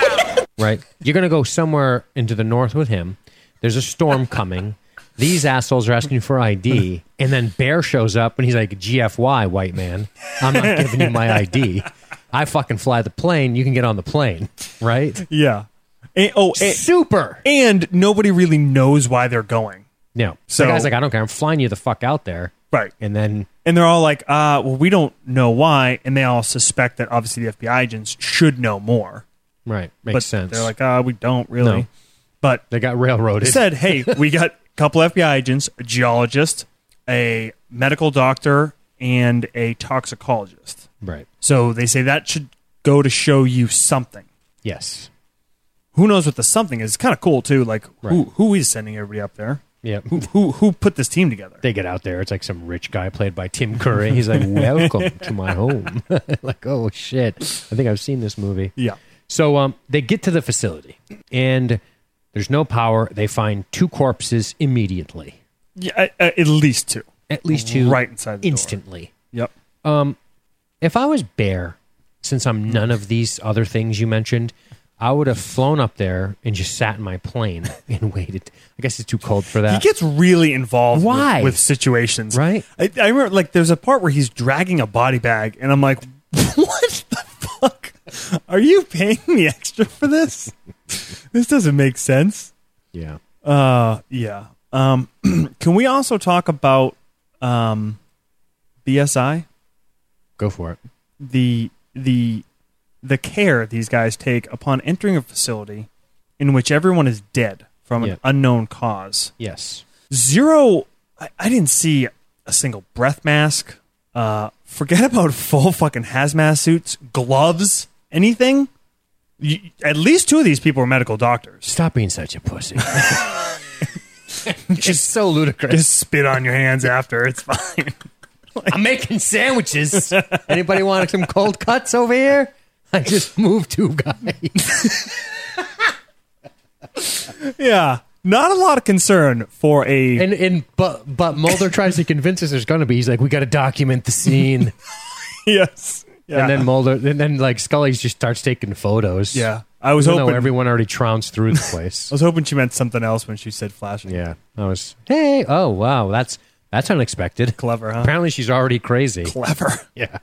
Speaker 1: right? You're gonna go somewhere into the north with him. There's a storm coming. These assholes are asking you for ID, and then Bear shows up and he's like, "GFY, white man, I'm not giving you my ID. I fucking fly the plane. You can get on the plane, right?
Speaker 2: Yeah. And, oh, and,
Speaker 1: Super.
Speaker 2: and nobody really knows why they're going.
Speaker 1: No, so
Speaker 2: So-
Speaker 1: the guy's like, I don't care. I'm flying you the fuck out there,
Speaker 2: Right.
Speaker 1: and then
Speaker 2: And they're all like, uh, well, we don't know why. And they all suspect that obviously the FBI agents should know more.
Speaker 1: right makes
Speaker 2: but
Speaker 1: sense.
Speaker 2: they're like, uh, we don't really.
Speaker 1: No.
Speaker 2: But
Speaker 1: they got railroaded.
Speaker 2: said, "Hey, we got a couple FBI agents, a geologist, a medical doctor, and a toxicologist.
Speaker 1: Right.
Speaker 2: So they say that should go to show you something.
Speaker 1: Yes.
Speaker 2: Who knows what the something is? It's kind of cool too. Like who
Speaker 1: Right.
Speaker 2: who is sending everybody up there?
Speaker 1: Yeah.
Speaker 2: Who who who put this team together?
Speaker 1: They get out there. It's like some rich guy played by Tim Curry. He's like, "Welcome to my home." like, oh shit! I think I've seen this movie.
Speaker 2: yeah.
Speaker 1: So um, they get to the facility, and there's no power. They find two corpses immediately.
Speaker 2: Yeah, a- a- at least two.
Speaker 1: At least two
Speaker 2: Right inside the door.
Speaker 1: instantly. Um,
Speaker 2: Yep.
Speaker 1: If I was Bear, since I'm none of these other things you mentioned, I would have flown up there and just sat in my plane and waited. I guess it's too cold for
Speaker 2: He
Speaker 1: that.
Speaker 2: gets really involved with-
Speaker 1: Why?
Speaker 2: With, situations.
Speaker 1: Right.
Speaker 2: I, I remember like there's a part where he's dragging a body bag and I'm like, what the fuck? Are you paying me extra for this? this doesn't make sense.
Speaker 1: yeah.
Speaker 2: Uh, yeah. Um, can we also talk about um, BSI
Speaker 1: Go for it.
Speaker 2: the the the care these guys take upon entering a facility in which everyone is dead from
Speaker 1: Yeah.
Speaker 2: an unknown cause?
Speaker 1: Yes.
Speaker 2: Zero. I, I didn't see a single breath mask. Uh, forget about full fucking hazmat suits, gloves, anything. You, at least two of these people were medical doctors.
Speaker 1: Stop being such a pussy. it's so ludicrous.
Speaker 2: Just spit on your hands after. It's fine.
Speaker 1: I'm making sandwiches. Anybody want some cold cuts over here? I just moved two guys.
Speaker 2: Yeah. Not a lot of concern for a.
Speaker 1: And and but but Mulder tries to convince us there's gonna be. He's like, we got to document the scene.
Speaker 2: yes. Yeah.
Speaker 1: And then Mulder, and then like Scully just starts taking photos.
Speaker 2: Yeah. I was
Speaker 1: Even though
Speaker 2: hoping-
Speaker 1: everyone already trounced through the place.
Speaker 2: I was hoping she meant something else when she said flashing.
Speaker 1: yeah, I was. Hey, oh wow, that's that's unexpected.
Speaker 2: Clever, huh?
Speaker 1: Apparently, she's already crazy.
Speaker 2: Clever.
Speaker 1: yeah,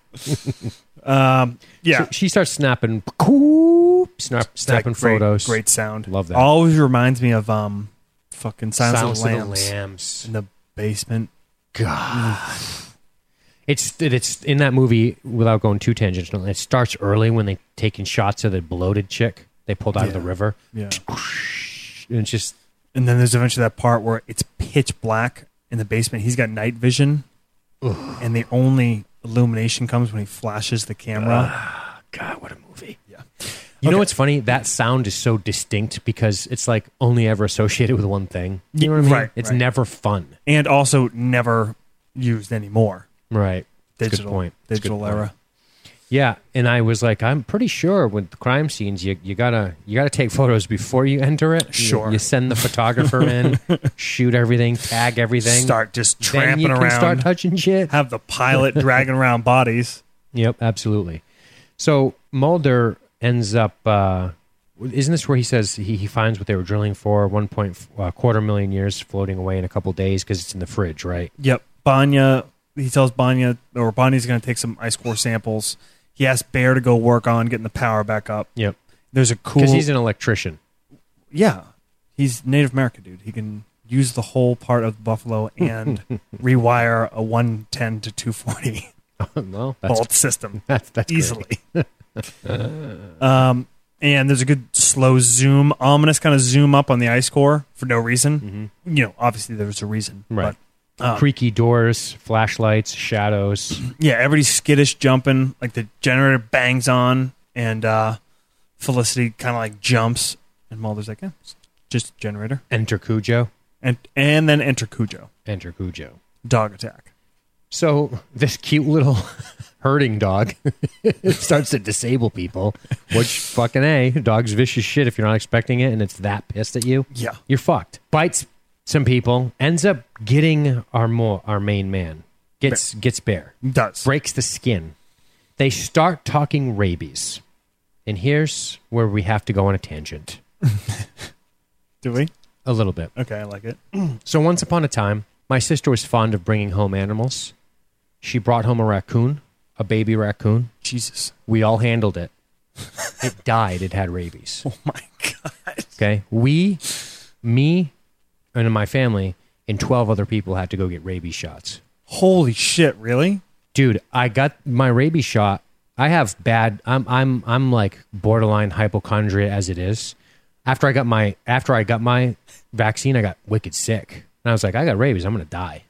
Speaker 2: Yeah.
Speaker 1: she starts snapping, coop, snap, snapping
Speaker 2: That great,
Speaker 1: photos.
Speaker 2: Great sound.
Speaker 1: Love that.
Speaker 2: Always reminds me of um, fucking
Speaker 1: Silence
Speaker 2: Silence, of the
Speaker 1: of
Speaker 2: Lambs
Speaker 1: the Lambs.
Speaker 2: in the basement.
Speaker 1: It's it's in that movie without going too tangential. It starts early when they taking shots of the bloated chick they pulled out of the
Speaker 2: Yeah.
Speaker 1: river,
Speaker 2: Yeah.
Speaker 1: and it's just
Speaker 2: And then there's eventually that part where it's pitch black in the basement. He's got night vision, and the only illumination comes when he flashes the camera.
Speaker 1: God, what a movie.
Speaker 2: Yeah.
Speaker 1: You know what's funny? That sound is so distinct because it's like only ever associated with one thing. You know what I mean?
Speaker 2: Right,
Speaker 1: it's
Speaker 2: right.
Speaker 1: never fun.
Speaker 2: and also never used anymore.
Speaker 1: Right. That's a
Speaker 2: Digital
Speaker 1: good point. That's a good
Speaker 2: Digital
Speaker 1: point.
Speaker 2: era.
Speaker 1: Yeah, and I was like, I'm pretty sure with the crime scenes, you, you gotta you gotta take photos before you enter it. You-
Speaker 2: Sure.
Speaker 1: you, send the photographer in, shoot everything, tag everything,
Speaker 2: Start just
Speaker 1: then
Speaker 2: tramping
Speaker 1: you can
Speaker 2: around.
Speaker 1: start touching shit.
Speaker 2: have the pilot dragging around bodies.
Speaker 1: Yep, absolutely. So Mulder ends up. Uh, isn't this where he says he, he finds what they were drilling for? One point uh, quarter million years floating away in a couple days because it's in the fridge, right?
Speaker 2: Yep. Banya, he tells Banya, or Banya's going to take some ice core samples. He asks Bear to go work on getting the power back up.
Speaker 1: Yep,
Speaker 2: There's a cool.
Speaker 1: because he's an electrician.
Speaker 2: yeah. He's Native American, dude. He can use the whole part of Buffalo and rewire a 110 to 240
Speaker 1: well, that's
Speaker 2: volt system
Speaker 1: that's that's great.
Speaker 2: easily. um, and there's a good slow zoom, ominous kind of zoom up on the ice core for no reason. You know, obviously there's a reason.
Speaker 1: Mm-hmm. right. Uh,
Speaker 2: But
Speaker 1: Creaky doors, flashlights, shadows.
Speaker 2: yeah, everybody's skittish jumping. Like the generator bangs on, and uh, Felicity kind of like jumps, and Mulder's like, "Yeah, it's just a generator."
Speaker 1: Enter Cujo.
Speaker 2: And and then enter Cujo,
Speaker 1: Enter Cujo.
Speaker 2: dog attack.
Speaker 1: So this cute little herding dog starts to disable people, which fucking a dog's vicious shit if you're not expecting it, and it's that pissed at you.
Speaker 2: Yeah.
Speaker 1: you're fucked. Bites some people, ends up getting our more our main man gets gets bear,
Speaker 2: Does
Speaker 1: breaks the skin. They start talking rabies, and here's where we have to go on a tangent
Speaker 2: do we?
Speaker 1: a little bit.
Speaker 2: Okay, I like it.
Speaker 1: So once upon a time, my sister was fond of bringing home animals. She brought home a raccoon, a baby raccoon.
Speaker 2: Jesus,
Speaker 1: We all handled it. It died. It had rabies.
Speaker 2: oh my god,
Speaker 1: Okay. We, me, and my family, and 12 other people had to go get rabies shots.
Speaker 2: holy shit, really?
Speaker 1: Dude, I got my rabies shot. I have bad I'm I'm I'm like borderline hypochondria as it is. After I got my after I got my vaccine, I got wicked sick. And I was like, I got rabies, I'm going to die.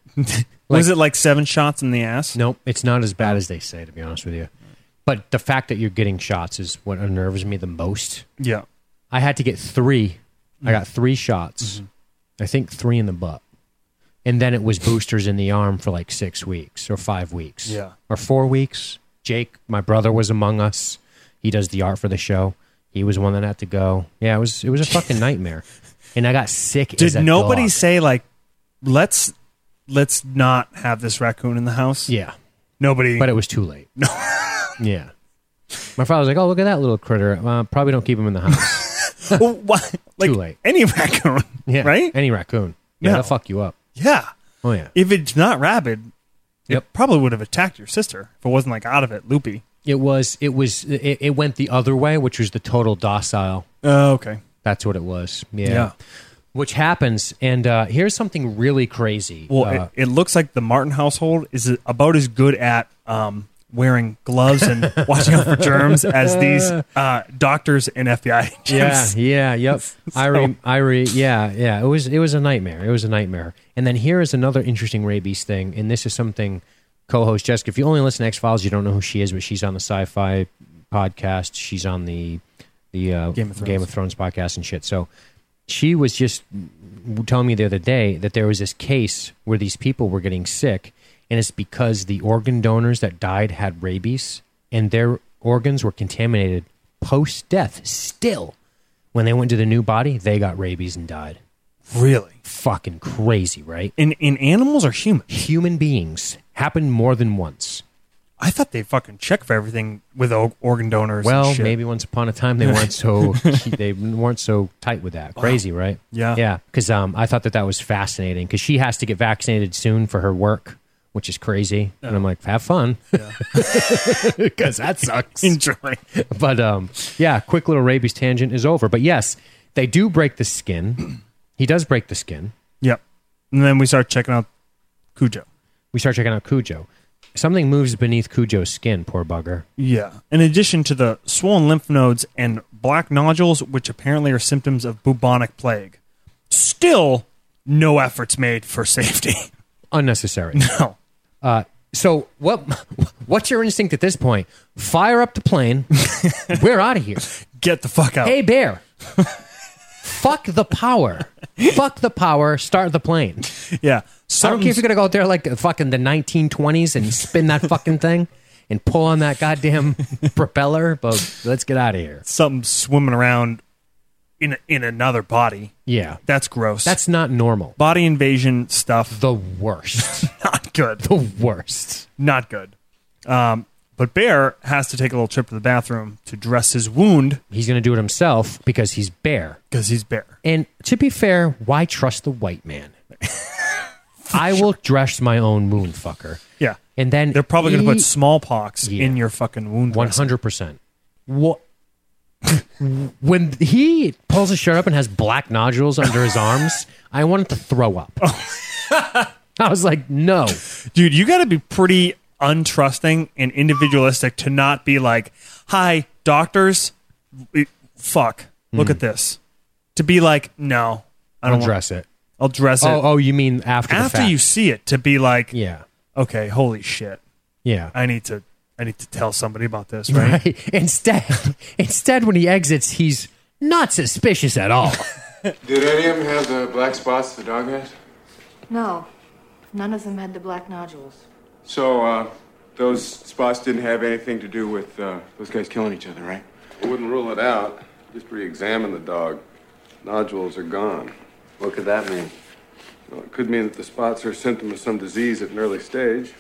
Speaker 2: was it like seven shots in the ass?
Speaker 1: Nope, it's not as bad as they say, to be honest with you. But the fact that you're getting shots is what unnerves me the most.
Speaker 2: Yeah.
Speaker 1: I had to get 3 I got three shots. I think three in the butt. And then it was boosters in the arm for like six weeks or five weeks.
Speaker 2: Yeah.
Speaker 1: Or four weeks. Jake, my brother, was among us. He does the art for the show. He was one that had to go. Yeah, it was it was a fucking nightmare. And I got sick. as
Speaker 2: Did
Speaker 1: a
Speaker 2: nobody
Speaker 1: dog.
Speaker 2: say like, let's let's not have this raccoon in the house?
Speaker 1: Yeah.
Speaker 2: Nobody.
Speaker 1: but it was too late. No. yeah. My father was like, "Oh, look at that little critter. Uh, probably don't keep him in the house.
Speaker 2: Well, why- like
Speaker 1: late.
Speaker 2: any raccoon,
Speaker 1: Yeah,
Speaker 2: right?
Speaker 1: Any raccoon. Yeah,
Speaker 2: No.
Speaker 1: they'll fuck you up.
Speaker 2: yeah.
Speaker 1: Oh yeah.
Speaker 2: If it's not rabid,
Speaker 1: Yep.
Speaker 2: it probably would have attacked your sister if it wasn't like out of it, loopy.
Speaker 1: It was. It was. It, it went the other way, which was the total docile.
Speaker 2: Oh, okay.
Speaker 1: That's what it was. Yeah.
Speaker 2: Yeah.
Speaker 1: Which happens. And uh, here's something really crazy.
Speaker 2: Well,
Speaker 1: Uh,
Speaker 2: it, it looks like the Martin household is about as good at um, wearing gloves and watching out for germs as these uh, doctors and FBI agents.
Speaker 1: yeah, yeah, yep. I re, I re, yeah, yeah. It was it was a nightmare. It was a nightmare. And then here is another interesting rabies thing, and this is something co-host Jessica. If you only listen to X Files, you don't know who she is, but she's on the Sci-Fi podcast. She's on the the uh,
Speaker 2: Game of Thrones.
Speaker 1: Game of Thrones podcast and shit. So she was just telling me the other day that there was this case where these people were getting sick, and it's because the organ donors that died had rabies, and their organs were contaminated post death. Still, when they went to the new body, they got rabies and died.
Speaker 2: Really?
Speaker 1: Fucking crazy, right?
Speaker 2: In in animals or humans?
Speaker 1: Human beings happened more than once.
Speaker 2: I thought they fucking check for everything with o- organ donors. and
Speaker 1: Well,
Speaker 2: shit.
Speaker 1: maybe once upon a time they weren't so they weren't so tight with that. Crazy, right?
Speaker 2: Yeah.
Speaker 1: yeah. Because um, I thought that that was fascinating because she has to get vaccinated soon for her work, which is crazy. And I'm like, have fun, because that sucks.
Speaker 2: enjoy.
Speaker 1: but um, yeah, quick little rabies tangent is over. But yes, they do break the skin. He does break the skin.
Speaker 2: Yep. And then we start checking out Cujo.
Speaker 1: We start checking out Cujo. Something moves beneath Cujo's skin. Poor bugger.
Speaker 2: Yeah. In addition to the swollen lymph nodes and black nodules, which apparently are symptoms of bubonic plague, still no efforts made for safety. Oh.
Speaker 1: Unnecessary.
Speaker 2: No.
Speaker 1: Uh, so what? What's your instinct at this point? Fire up the plane. We're out of here.
Speaker 2: Get the fuck out.
Speaker 1: Hey bear, fuck the power. Fuck the power. Start the plane. I
Speaker 2: Yeah.
Speaker 1: don't care if
Speaker 2: Something's-
Speaker 1: you're gonna go out there like fucking the 1920s and spin that fucking thing and pull on that goddamn propeller. But let's get out of here.
Speaker 2: something swimming around in in another body.
Speaker 1: Yeah,
Speaker 2: That's gross.
Speaker 1: that's not normal.
Speaker 2: body invasion stuff.
Speaker 1: The worst.
Speaker 2: Not good.
Speaker 1: the worst.
Speaker 2: Not good. Um, but Bear has to take a little trip to the bathroom to dress his wound
Speaker 1: He's gonna do it himself because he's bear.
Speaker 2: because he's Bear.
Speaker 1: And to be fair, why trust the white man? I will dress my own wound, fucker.
Speaker 2: Yeah.
Speaker 1: And then
Speaker 2: They're probably going to
Speaker 1: he-
Speaker 2: put smallpox
Speaker 1: Yeah.
Speaker 2: in your fucking wound.
Speaker 1: one
Speaker 2: dressing.
Speaker 1: hundred percent. What? when he pulls his shirt up and has black nodules under his arms, I wanted to throw up. I was like, no.
Speaker 2: Dude, you got to be pretty untrusting and individualistic to not be like, hi, doctors, it- fuck, look at this. To be like, no, I
Speaker 1: Hmm. I'll
Speaker 2: don't want-
Speaker 1: dress it.
Speaker 2: I'll dress
Speaker 1: Oh,
Speaker 2: it.
Speaker 1: oh, you mean after the
Speaker 2: After
Speaker 1: fact.
Speaker 2: you see it, to be like,
Speaker 1: yeah,
Speaker 2: okay, holy shit,
Speaker 1: yeah.
Speaker 2: I need to, I need to tell somebody about this, right?
Speaker 1: right? Instead, instead, when he exits, he's not suspicious at all.
Speaker 6: Did any of them have the black spots the dog had?
Speaker 4: No. None of them had the black nodules.
Speaker 6: So, uh, those spots didn't have anything to do with uh, those guys killing each other, right?
Speaker 7: I wouldn't rule it out. Just re-examine the dog. Nodules are gone.
Speaker 3: What could that mean?
Speaker 7: Well, it could mean that the spots are a symptom of some disease at an early stage.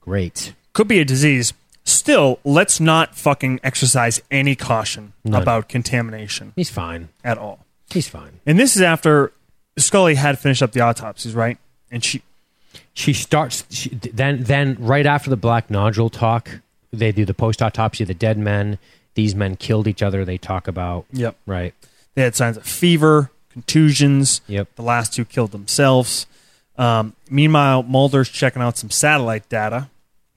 Speaker 1: Great.
Speaker 2: Could be a disease. Still, let's not fucking exercise any caution about contamination
Speaker 1: He's fine.
Speaker 2: at all.
Speaker 1: He's fine.
Speaker 2: And this is after Scully had finished up the autopsies, right? And she,
Speaker 1: she starts she, then then right after the black nodule talk they do the post autopsy of the dead men these men killed each other they talk about
Speaker 2: Yep.
Speaker 1: right
Speaker 2: they had signs of fever, contusions.
Speaker 1: Yep.
Speaker 2: The last two killed themselves. Um, meanwhile, Mulder's checking out some satellite data,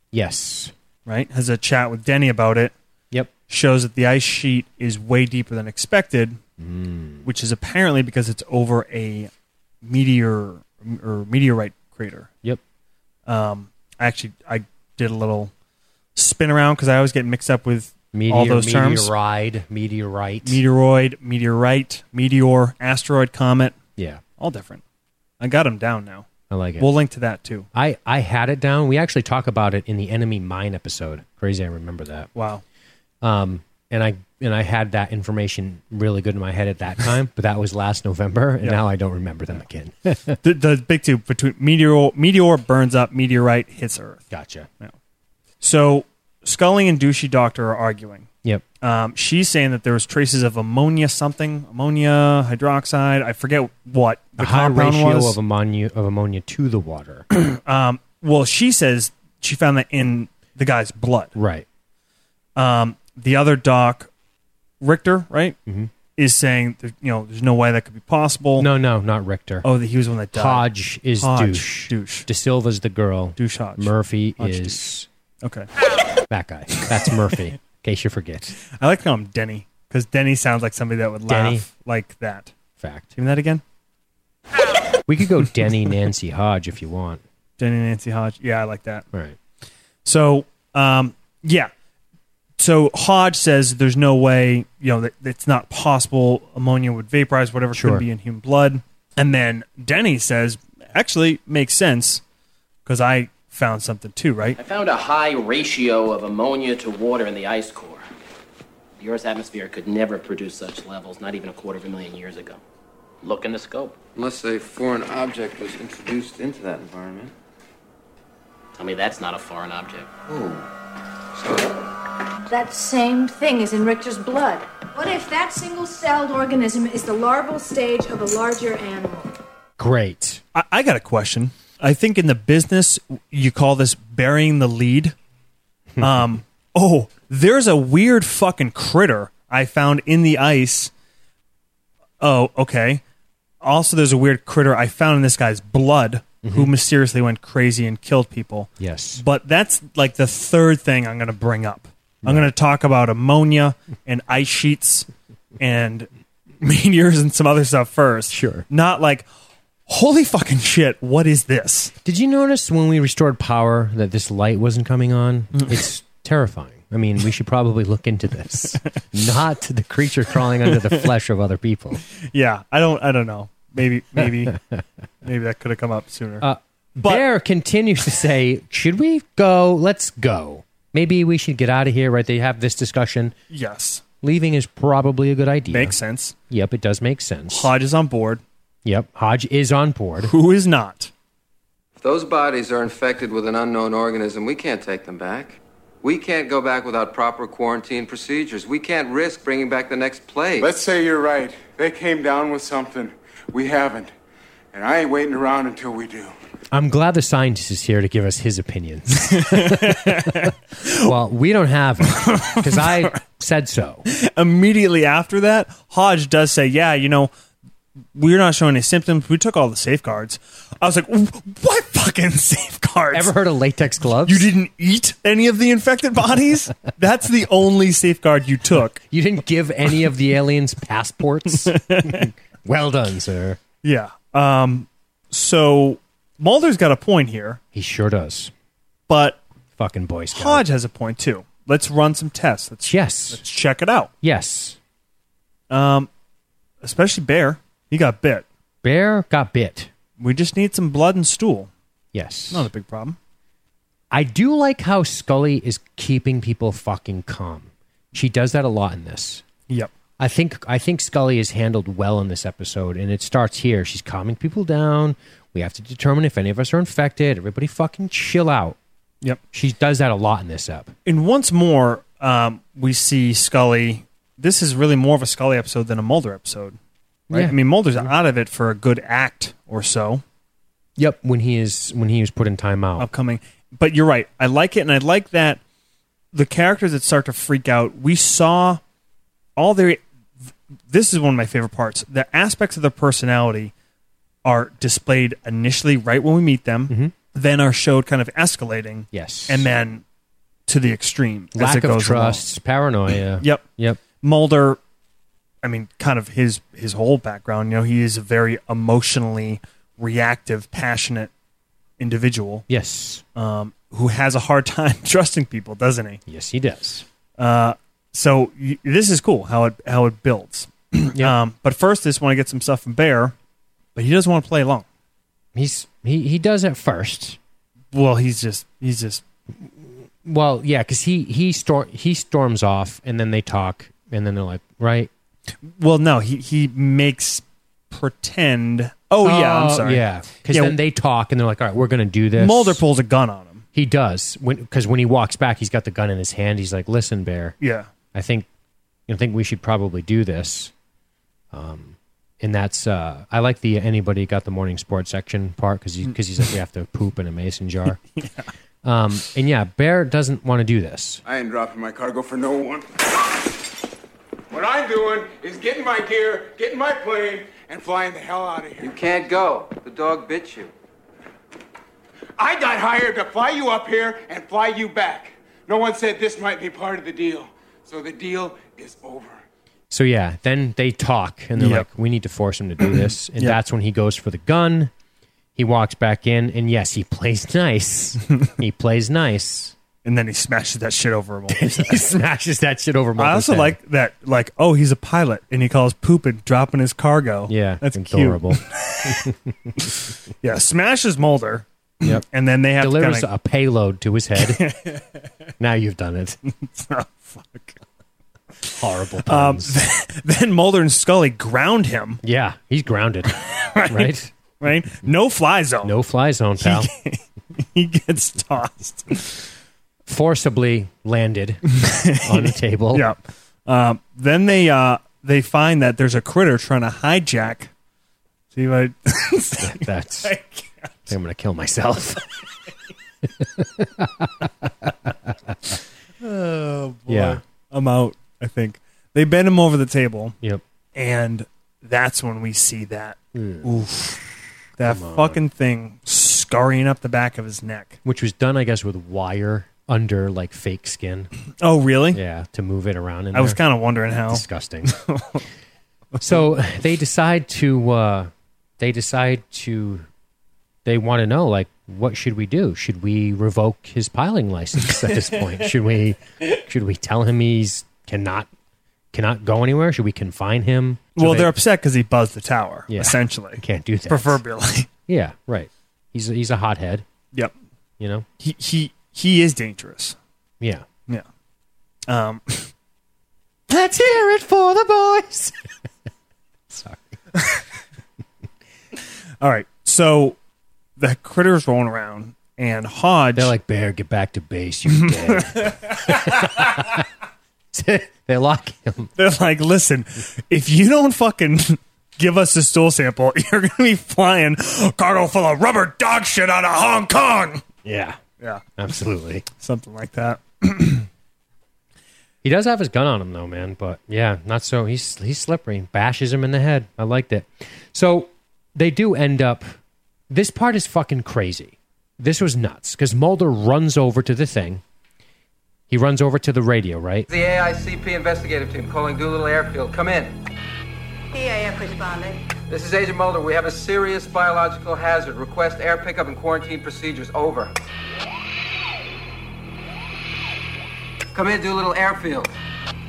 Speaker 1: yes
Speaker 2: right? Has a chat with Denny about it.
Speaker 1: yep
Speaker 2: Shows that the ice sheet is way deeper than expected,
Speaker 1: Hmm.
Speaker 2: which is apparently because it's over a meteor or meteorite Creator.
Speaker 1: Yep.
Speaker 2: Um, I actually I did a little spin around because I always get mixed up with
Speaker 1: Meteor,
Speaker 2: all those terms:
Speaker 1: Meteoride, meteorite.
Speaker 2: meteoroid, meteorite, meteor, asteroid, comet,
Speaker 1: yeah,
Speaker 2: all different. I got them down now.
Speaker 1: I like it.
Speaker 2: We'll link to that too.
Speaker 1: I, I had it down. We actually talk about it in the enemy mine episode. Crazy, I remember that.
Speaker 2: Wow.
Speaker 1: Um, and I and I had that information really good in my head at that time, but that was last November, and
Speaker 2: Yeah.
Speaker 1: now I don't remember them again.
Speaker 2: The, the big two between meteor meteor burns up, meteorite hits Earth.
Speaker 1: gotcha.
Speaker 2: So Scully and Douchey Doctor are arguing.
Speaker 1: Yep.
Speaker 2: Um, she's saying that there was traces of ammonia something, ammonia hydroxide. I forget what the
Speaker 1: a high
Speaker 2: compound
Speaker 1: ratio
Speaker 2: was.
Speaker 1: of ammonia of ammonia to the water.
Speaker 2: um, well, she says she found that in the guy's blood.
Speaker 1: right.
Speaker 2: Um, the other doc, Richter, right, is saying that, you know there's no way that could be possible.
Speaker 1: Mm-hmm. No, no, not Richter.
Speaker 2: Oh, that he was the one that died.
Speaker 1: Hodge is
Speaker 2: Hodge,
Speaker 1: douche.
Speaker 2: douche.
Speaker 1: De Silva's the girl.
Speaker 2: Douche Hodge.
Speaker 1: Murphy
Speaker 2: Hodge
Speaker 1: is
Speaker 2: Okay.
Speaker 1: that guy. That's Murphy. in case you forget.
Speaker 2: I like to call him Denny because Denny sounds like somebody that would laugh
Speaker 1: Denny.
Speaker 2: like that.
Speaker 1: Fact.
Speaker 2: Give me that again.
Speaker 1: We could go Denny Nancy Hodge if you want.
Speaker 2: Denny Nancy Hodge. Yeah, I like that.
Speaker 1: All right.
Speaker 2: So, um, yeah. So Hodge says there's no way, you know, that it's not possible ammonia would vaporize whatever
Speaker 1: Sure.
Speaker 2: could be in human blood. And then Denny says, actually makes sense because I found something too, right?
Speaker 8: I found a high ratio of ammonia to water in the ice core. The Earth's atmosphere could never produce such levels, not even a quarter of a million years ago. Look in the scope.
Speaker 3: Unless a foreign object was introduced into that environment.
Speaker 8: Tell me that's not a foreign object.
Speaker 4: That same thing is in Richter's blood. What if that single celled organism is the larval stage of a larger animal?
Speaker 1: Great.
Speaker 2: I, I got a question. I think in the business you call this burying the lead. Um, oh, there's a weird fucking critter I found in the ice. Oh, okay. Also, there's a weird critter I found in this guy's blood who mysteriously went crazy and killed people.
Speaker 1: Mm-hmm. Yes.
Speaker 2: But that's like the third thing I'm going to bring up. I'm going to talk about ammonia and ice sheets and meteors and some other stuff first.
Speaker 1: Sure.
Speaker 2: Not like, holy fucking shit, what is this?
Speaker 1: Did you notice when we restored power that this light wasn't coming on?
Speaker 2: Mm.
Speaker 1: It's terrifying. I mean, we should probably look into this. Not the creature crawling under the flesh of other people.
Speaker 2: Yeah, I don't, I don't know. Maybe, maybe, maybe that could have come up sooner.
Speaker 1: But, Bear continues to say, "Should we go? Let's go. Maybe we should get out of here." Right? They have this discussion.
Speaker 2: yes,
Speaker 1: Leaving is probably a good idea.
Speaker 2: makes sense.
Speaker 1: Yep, it does make sense.
Speaker 2: Hodge is on board.
Speaker 1: Yep, Hodge is on board.
Speaker 2: Who is not?
Speaker 3: If those bodies are infected with an unknown organism, we can't take them back. We can't go back without proper quarantine procedures. We can't risk bringing back the next plague.
Speaker 6: Let's say you're right. They came down with something. We haven't. And I ain't waiting around until we do.
Speaker 1: I'm glad the scientist is here to give us his opinions. well, we don't have it because I said so.
Speaker 2: Immediately after that, Hodge does say, yeah, you know, we're not showing any symptoms. We took all the safeguards. I was like, what fucking safeguards?
Speaker 1: Ever heard of latex gloves?
Speaker 2: You didn't eat any of the infected bodies? That's the only safeguard you took.
Speaker 1: You didn't give any of the aliens passports. well done, sir.
Speaker 2: Yeah. Um so Mulder's got a point here,
Speaker 1: He sure does.
Speaker 2: but
Speaker 1: Fucking boy scout.
Speaker 2: Hodge has a point too. Let's run some tests. Let's,
Speaker 1: Yes.
Speaker 2: let's check it out.
Speaker 1: Yes.
Speaker 2: Um especially Bear. He got bit.
Speaker 1: Bear got bit.
Speaker 2: We just need some blood and stool.
Speaker 1: Yes.
Speaker 2: Not a big problem.
Speaker 1: I do like how Scully is keeping people fucking calm. She does that a lot in this.
Speaker 2: Yep.
Speaker 1: I think I think Scully is handled well in this episode, and it starts here. She's calming people down. We have to determine if any of us are infected. Everybody fucking chill out.
Speaker 2: Yep.
Speaker 1: She does that a lot in this ep.
Speaker 2: And once more, um, we see Scully. This is really more of a Scully episode than a Mulder episode. Right?
Speaker 1: Yeah.
Speaker 2: I mean, Mulder's out of it for a good act or so.
Speaker 1: Yep, when he is when he was put in timeout.
Speaker 2: upcoming. But you're right. I like it, and I like that the characters that start to freak out. We saw all their. This is one of my favorite parts. The aspects of their personality are displayed initially right when we meet them, then are showed kind of escalating,
Speaker 1: Mm-hmm. Yes.
Speaker 2: and then to the extreme as
Speaker 1: Lack
Speaker 2: it
Speaker 1: of
Speaker 2: goes along.
Speaker 1: trust, paranoia.
Speaker 2: Yep.
Speaker 1: Yep.
Speaker 2: Mulder, I mean, kind of his his whole background. You know, he is a very emotionally reactive, passionate individual
Speaker 1: Yes.
Speaker 2: um, who has a hard time trusting people, doesn't he?
Speaker 1: Yes, he does.
Speaker 2: So y- this is cool how it how it builds.
Speaker 1: Yeah.
Speaker 2: Um, but first, this want to get some stuff from Bear, but he doesn't want to play alone.
Speaker 1: He's he, he does at first.
Speaker 2: Well, he's just he's just
Speaker 1: Well, yeah, because he he storm he storms off, and then they talk, and then they're like, right?
Speaker 2: well, no, he he makes pretend. Oh, yeah, I'm
Speaker 1: Uh,
Speaker 2: sorry.
Speaker 1: Yeah, because
Speaker 2: Yeah.
Speaker 1: then they talk, and they're like, all right, we're gonna do this.
Speaker 2: Mulder pulls a gun on him.
Speaker 1: He does when because when he walks back, he's got the gun in his hand. He's like, listen, Bear,
Speaker 2: Yeah,
Speaker 1: I think I think we should probably do this. Um, and that's uh, I like the anybody got the morning sports section part because because he's like we have to poop in a mason jar. Um, and yeah, Bear doesn't want to do this.
Speaker 6: I ain't dropping my cargo for no one. What I'm doing is getting my gear, getting my plane, and flying the hell out of
Speaker 3: You
Speaker 6: here.
Speaker 3: can't go. The dog bit you.
Speaker 6: I got hired to fly you up here and fly you back. No one said this might be part of the deal. So the deal is over.
Speaker 1: So yeah, then they talk and they're
Speaker 2: Yep.
Speaker 1: like, we need to force him to do this, and
Speaker 2: Yep.
Speaker 1: that's when he goes for the gun. He walks back in, and yes, he plays nice. he plays nice.
Speaker 2: and then he smashes that shit over him. all.
Speaker 1: He smashes that shit over.
Speaker 2: I
Speaker 1: Mulder's
Speaker 2: also
Speaker 1: head.
Speaker 2: like that, like, oh, he's a pilot, and he calls pooping, dropping his cargo.
Speaker 1: Yeah,
Speaker 2: that's
Speaker 1: adorable.
Speaker 2: cute. Yeah, smashes Mulder.
Speaker 1: Yep.
Speaker 2: And then they have
Speaker 1: delivers
Speaker 2: to kinda,
Speaker 1: a payload to his head. now you've done it.
Speaker 2: Oh,
Speaker 1: Um,
Speaker 2: fuck.
Speaker 1: Horrible puns.
Speaker 2: Then Mulder and Scully ground him.
Speaker 1: yeah, he's grounded, right?
Speaker 2: Right, no fly zone.
Speaker 1: No fly zone, pal.
Speaker 2: He gets tossed.
Speaker 1: Forcibly landed on the table.
Speaker 2: yeah. Um, then they uh, they find that there's a critter trying to hijack. See what?
Speaker 1: That's. I think I'm gonna kill myself.
Speaker 2: oh boy.
Speaker 1: Yeah.
Speaker 2: I'm out. I think they bend him over the table,
Speaker 1: yep.
Speaker 2: and that's when we see that.
Speaker 1: Hmm.
Speaker 2: Oof. That fucking thing scurrying up the back of his neck.
Speaker 1: Which was done, I guess, with wire under like fake skin.
Speaker 2: Oh, really?
Speaker 1: Yeah, to move it around. In
Speaker 2: I was
Speaker 1: there.
Speaker 2: kind of wondering how.
Speaker 1: disgusting. so they decide to uh, they decide to they want to know like what should we do? Should we revoke his piloting license at this point? should we should we tell him he's cannot cannot go anywhere? Should we confine him? So
Speaker 2: well,
Speaker 1: they
Speaker 2: they, are upset because he buzzed the tower,
Speaker 1: Yeah.
Speaker 2: essentially.
Speaker 1: can't do that.
Speaker 2: Proverbially.
Speaker 1: yeah, right. He's a, he's a hothead,
Speaker 2: yep.
Speaker 1: you know.
Speaker 2: He he he is dangerous.
Speaker 1: Yeah.
Speaker 2: Yeah. Um.
Speaker 1: Let's hear it for the boys. Sorry.
Speaker 2: All right. So the critters rolling around, and Hodge.
Speaker 1: They're like, Bear, get back to base. You're dead. they lock him.
Speaker 2: they're like, listen, if you don't fucking give us a stool sample, you're gonna be flying cargo full of rubber dog shit out of Hong Kong.
Speaker 1: Yeah.
Speaker 2: Yeah,
Speaker 1: Absolutely.
Speaker 2: something like that.
Speaker 1: He does have his gun on him though, man. But yeah, not so. He's he's slippery. Bashes him in the head. I liked it. So they do end up. This part is fucking crazy. This was nuts because Mulder runs over to the thing. He runs over to the radio, right?
Speaker 3: The AICP investigative team calling Doolittle Airfield. Come in.
Speaker 9: EAF responding.
Speaker 3: This is Agent Mulder. We have a serious biological hazard. Request air pickup and quarantine procedures. Over. Come in, Doolittle Airfield.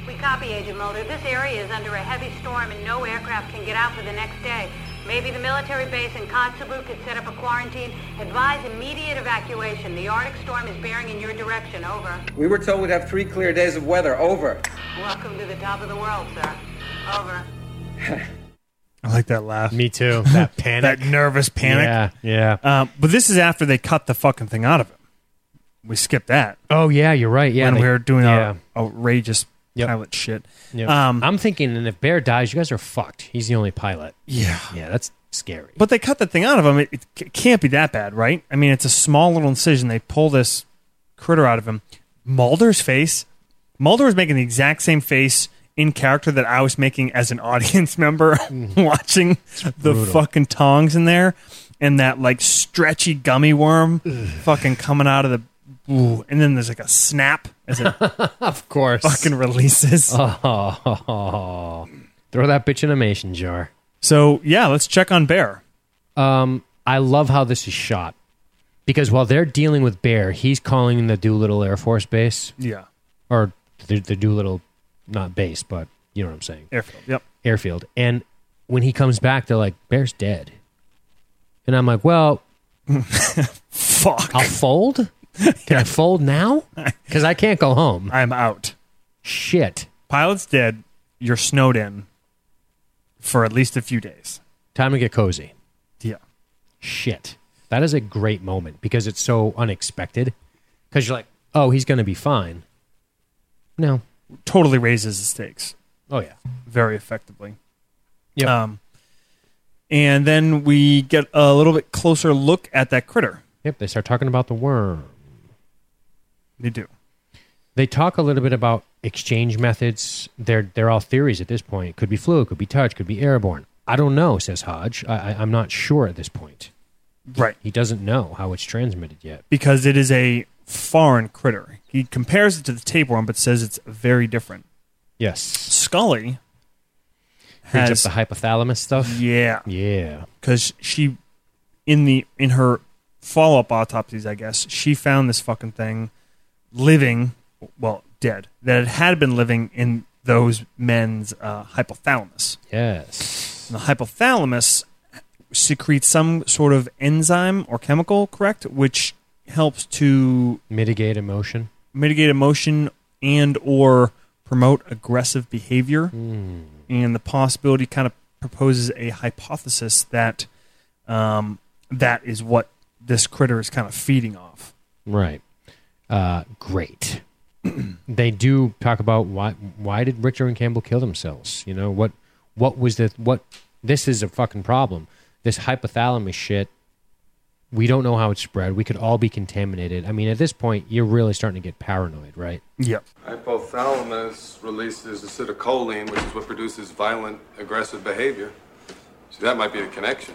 Speaker 9: We copy, Agent Mulder. This area is under a heavy storm and no aircraft can get out for the next day. Maybe the military base in Kotzebue could set up a quarantine. Advise immediate evacuation. The Arctic storm is bearing in your direction. Over.
Speaker 3: We were told we'd have three clear days of weather. Over.
Speaker 9: Welcome to the top of the world, sir. Over.
Speaker 2: I like that laugh.
Speaker 1: Me too. That
Speaker 2: that
Speaker 1: panic.
Speaker 2: nervous panic.
Speaker 1: Yeah. Yeah.
Speaker 2: Um, but this is after they cut the fucking thing out of him. We skipped that
Speaker 1: oh yeah, you're right. Yeah.
Speaker 2: when
Speaker 1: they-
Speaker 2: we were doing
Speaker 1: yeah.
Speaker 2: our outrageous
Speaker 1: Yep.
Speaker 2: pilot shit.
Speaker 1: yeah.
Speaker 2: Um,
Speaker 1: I'm thinking, and if Bear dies, you guys are fucked. He's the only pilot.
Speaker 2: yeah.
Speaker 1: Yeah, that's scary.
Speaker 2: But they cut the thing out of him. It, it c- can't be that bad, right? I mean, it's a small little incision. They pull this critter out of him. Mulder's face. Mulder was making the exact same face in character that I was making as an audience member watching the fucking tongs in there and that like stretchy gummy worm fucking coming out of the. Ooh, and then there's like a snap as it
Speaker 1: of course.
Speaker 2: fucking releases.
Speaker 1: Oh, throw that bitch in a mason jar.
Speaker 2: So yeah, let's check on Bear.
Speaker 1: Um, I love how this is shot. because while they're dealing with Bear, he's calling the Doolittle Air Force Base
Speaker 2: Yeah.
Speaker 1: or the, the Doolittle, not base, but you know what I'm saying,
Speaker 2: Airfield. Yep.
Speaker 1: airfield. And when he comes back, they're like, "Bear's dead," and I'm like, "Well,
Speaker 2: Fuck.
Speaker 1: I'll fold. Can I fold now? Because I can't go home.
Speaker 2: I'm out.
Speaker 1: Shit.
Speaker 2: Pilot's dead. You're snowed in for at least a few days.
Speaker 1: Time to get cozy."
Speaker 2: Yeah.
Speaker 1: shit. That is a great moment because it's so unexpected. Because you're like, oh, he's going to be fine. No.
Speaker 2: Totally raises the stakes
Speaker 1: Oh, yeah.
Speaker 2: very effectively.
Speaker 1: Yep.
Speaker 2: Um, and then we get a little bit closer look at that critter.
Speaker 1: Yep. They start talking about the worm.
Speaker 2: They do.
Speaker 1: They talk a little bit about exchange methods. They're, they're all theories at this point. Could be fluid, could be touch, could be airborne. I don't know, says Hodge. I, I, I'm not sure at this point.
Speaker 2: Right.
Speaker 1: He doesn't know how it's transmitted yet.
Speaker 2: Because it is a foreign critter. He compares it to the tapeworm, but says it's very different.
Speaker 1: Yes.
Speaker 2: Scully
Speaker 1: Brings
Speaker 2: has.
Speaker 1: up the hypothalamus stuff.
Speaker 2: yeah.
Speaker 1: Yeah.
Speaker 2: because she in the in her follow-up autopsies i guess she found this fucking thing living well dead that it had been living in those men's uh, hypothalamus
Speaker 1: Yes.
Speaker 2: and the hypothalamus secretes some sort of enzyme or chemical correct which helps to
Speaker 1: Mitigate emotion.
Speaker 2: mitigate emotion and or promote aggressive behavior and the possibility kind of proposes a hypothesis that um, that is what this critter is kind of feeding off
Speaker 1: Right. Uh, great. they do talk about why why did Richter and Campbell kill themselves? You know what what was the what this is a fucking problem. This hypothalamus shit. We don't know how it spread. We could all be contaminated. I mean, at this point, you're really starting to get paranoid, right?
Speaker 2: yep
Speaker 7: Hypothalamus releases acetylcholine, which is what produces violent, aggressive behavior. So that might be a connection.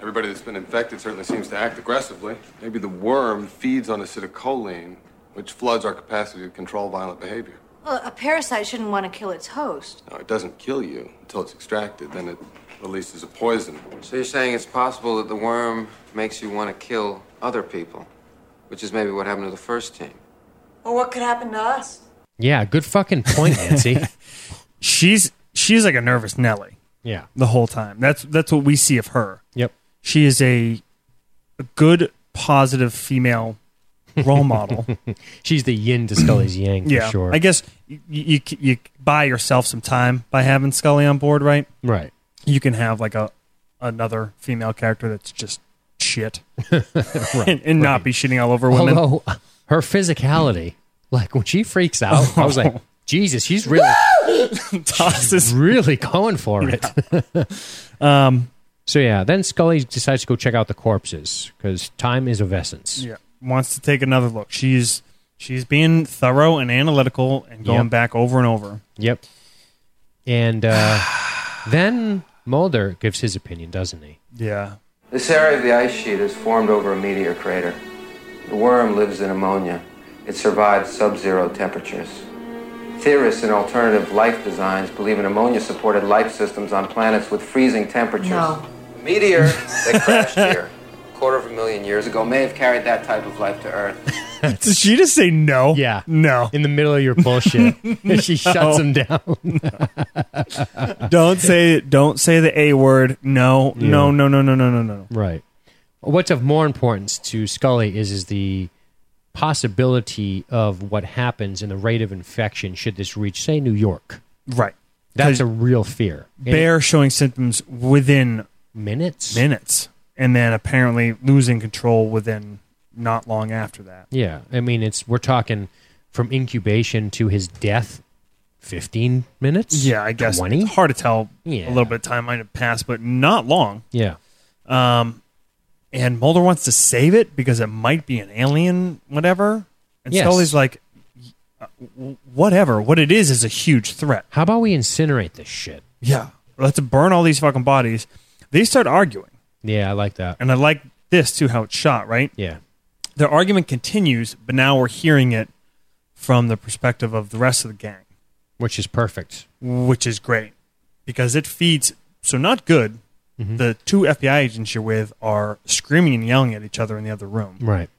Speaker 7: Everybody that's been infected certainly seems to act aggressively. Maybe the worm feeds on acetylcholine, which floods our capacity to control violent behavior.
Speaker 4: Well, a parasite shouldn't want to kill its host.
Speaker 7: Now, it doesn't kill you until it's extracted, then it releases a poison.
Speaker 3: So you're saying it's possible that the worm makes you want to kill other people, which is maybe what happened to the first team.
Speaker 4: Or what could happen to us?
Speaker 1: Yeah, good fucking point, Nancy.
Speaker 2: she's she's like a nervous nelly
Speaker 1: yeah.
Speaker 2: the whole time that's that's what we see of her
Speaker 1: Yep.
Speaker 2: she is a, a good positive female role model
Speaker 1: She's the yin to Scully's yang for
Speaker 2: yeah
Speaker 1: sure.
Speaker 2: i guess you, you you buy yourself some time by having scully on board right
Speaker 1: right.
Speaker 2: you can have like a another female character that's just shit and, and not be shitting all over women.
Speaker 1: Although her physicality, like when she freaks out, I was like, Jesus, she's really
Speaker 2: tosses.
Speaker 1: really going for it. um, so yeah, then Scully decides to go check out the corpses because time is of essence.
Speaker 2: Yeah, wants to take another look. She's she's being thorough and analytical and going
Speaker 1: Yep.
Speaker 2: back over and over.
Speaker 1: Yep. And uh, then Mulder gives his opinion, doesn't he?
Speaker 2: Yeah,
Speaker 3: This area of the ice sheet is formed over a meteor crater. The worm lives in ammonia. It survives sub zero temperatures. Theorists in alternative life designs believe in ammonia supported life systems on planets with freezing temperatures.
Speaker 4: No.
Speaker 3: The meteor that crashed here a quarter of a million years ago may have carried that type of life to Earth.
Speaker 2: did she just say no?
Speaker 1: Yeah.
Speaker 2: no.
Speaker 1: In the middle of your bullshit, she shuts him down.
Speaker 2: don't say don't say the a word. No, no, no, no, no, no, no, no.
Speaker 1: Right. What's of more importance to Scully is is the possibility of what happens and the rate of infection should this reach, say, New York.
Speaker 2: Right.
Speaker 1: That's a real fear. And
Speaker 2: Bear showing symptoms within
Speaker 1: minutes.
Speaker 2: minutes, and then apparently losing control within not long after that.
Speaker 1: Yeah, I mean, it's we're talking from incubation to his death, fifteen minutes.
Speaker 2: Yeah, I guess
Speaker 1: twenty.
Speaker 2: it's hard to tell
Speaker 1: Yeah.
Speaker 2: a little bit of time might have passed, but not long.
Speaker 1: Yeah,
Speaker 2: And Mulder wants to save it because it might be an alien, whatever. And
Speaker 1: Yes.
Speaker 2: Scully's like, "Uh, w- whatever. What it is is a huge threat.
Speaker 1: how about we incinerate this shit?
Speaker 2: Yeah. Let's burn all these fucking bodies. They start arguing.
Speaker 1: Yeah, I like that.
Speaker 2: And I like this too, how it's shot, right?
Speaker 1: Yeah,
Speaker 2: Their argument continues, but now we're hearing it from the perspective of the rest of the gang.
Speaker 1: which is perfect.
Speaker 2: which is great because it feeds so not good
Speaker 1: Mm-hmm.
Speaker 2: The two FBI agents you're with are screaming and yelling at each other in the other room
Speaker 1: Right.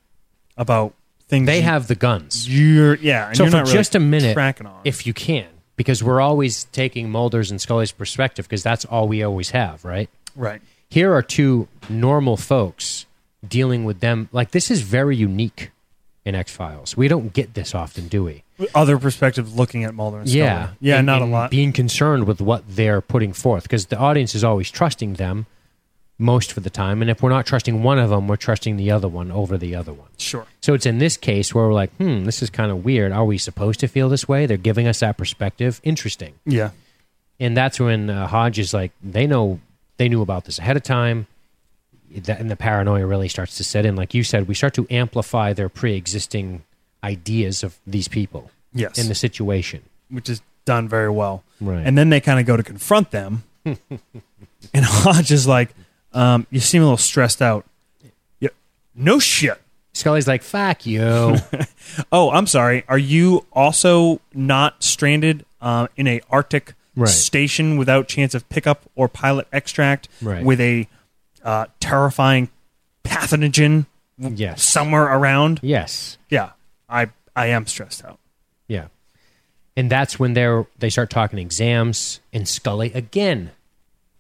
Speaker 2: about things
Speaker 1: Mm-hmm. They
Speaker 2: you-
Speaker 1: have the guns.
Speaker 2: You're yeah. And
Speaker 1: so
Speaker 2: you're
Speaker 1: for
Speaker 2: not really
Speaker 1: just a minute,
Speaker 2: tracking on.
Speaker 1: if you can, because we're always taking Mulder's and Scully's perspective, because that's all we always have, right?
Speaker 2: right.
Speaker 1: Here are two normal folks dealing with them. Like this is very unique in X Files. We don't get this often, do we?
Speaker 2: Other perspectives looking at Mulder and Scully.
Speaker 1: Yeah,
Speaker 2: yeah,
Speaker 1: And-
Speaker 2: not a
Speaker 1: and
Speaker 2: lot.
Speaker 1: Being concerned with what they're putting forth because the audience is always trusting them most for the time, and if we're not trusting one of them, we're trusting the other one over the other one.
Speaker 2: sure.
Speaker 1: So it's in this case where we're like, hmm, this is kind of weird. Are we supposed to feel this way? They're giving us that perspective. Interesting.
Speaker 2: Yeah.
Speaker 1: And that's when uh, Hodge is like, they know, they knew about this ahead of time. That, and the paranoia really starts to set in. Like you said, we start to amplify their pre existing ideas of these people
Speaker 2: Yes.
Speaker 1: in the situation.
Speaker 2: which is done very well.
Speaker 1: Right.
Speaker 2: And then they kind of go to confront them. and Hodge is like, um, you seem a little stressed out. Yeah. No shit.
Speaker 1: Scully's like, fuck you.
Speaker 2: Oh, I'm sorry. Are you also not stranded uh, in a Arctic
Speaker 1: Right.
Speaker 2: station without chance of pickup or pilot extract
Speaker 1: Right.
Speaker 2: with a uh, terrifying pathogen
Speaker 1: yes.
Speaker 2: somewhere around?
Speaker 1: Yes.
Speaker 2: Yeah. I I am stressed out.
Speaker 1: Yeah. And that's when they're they start talking exams and Scully again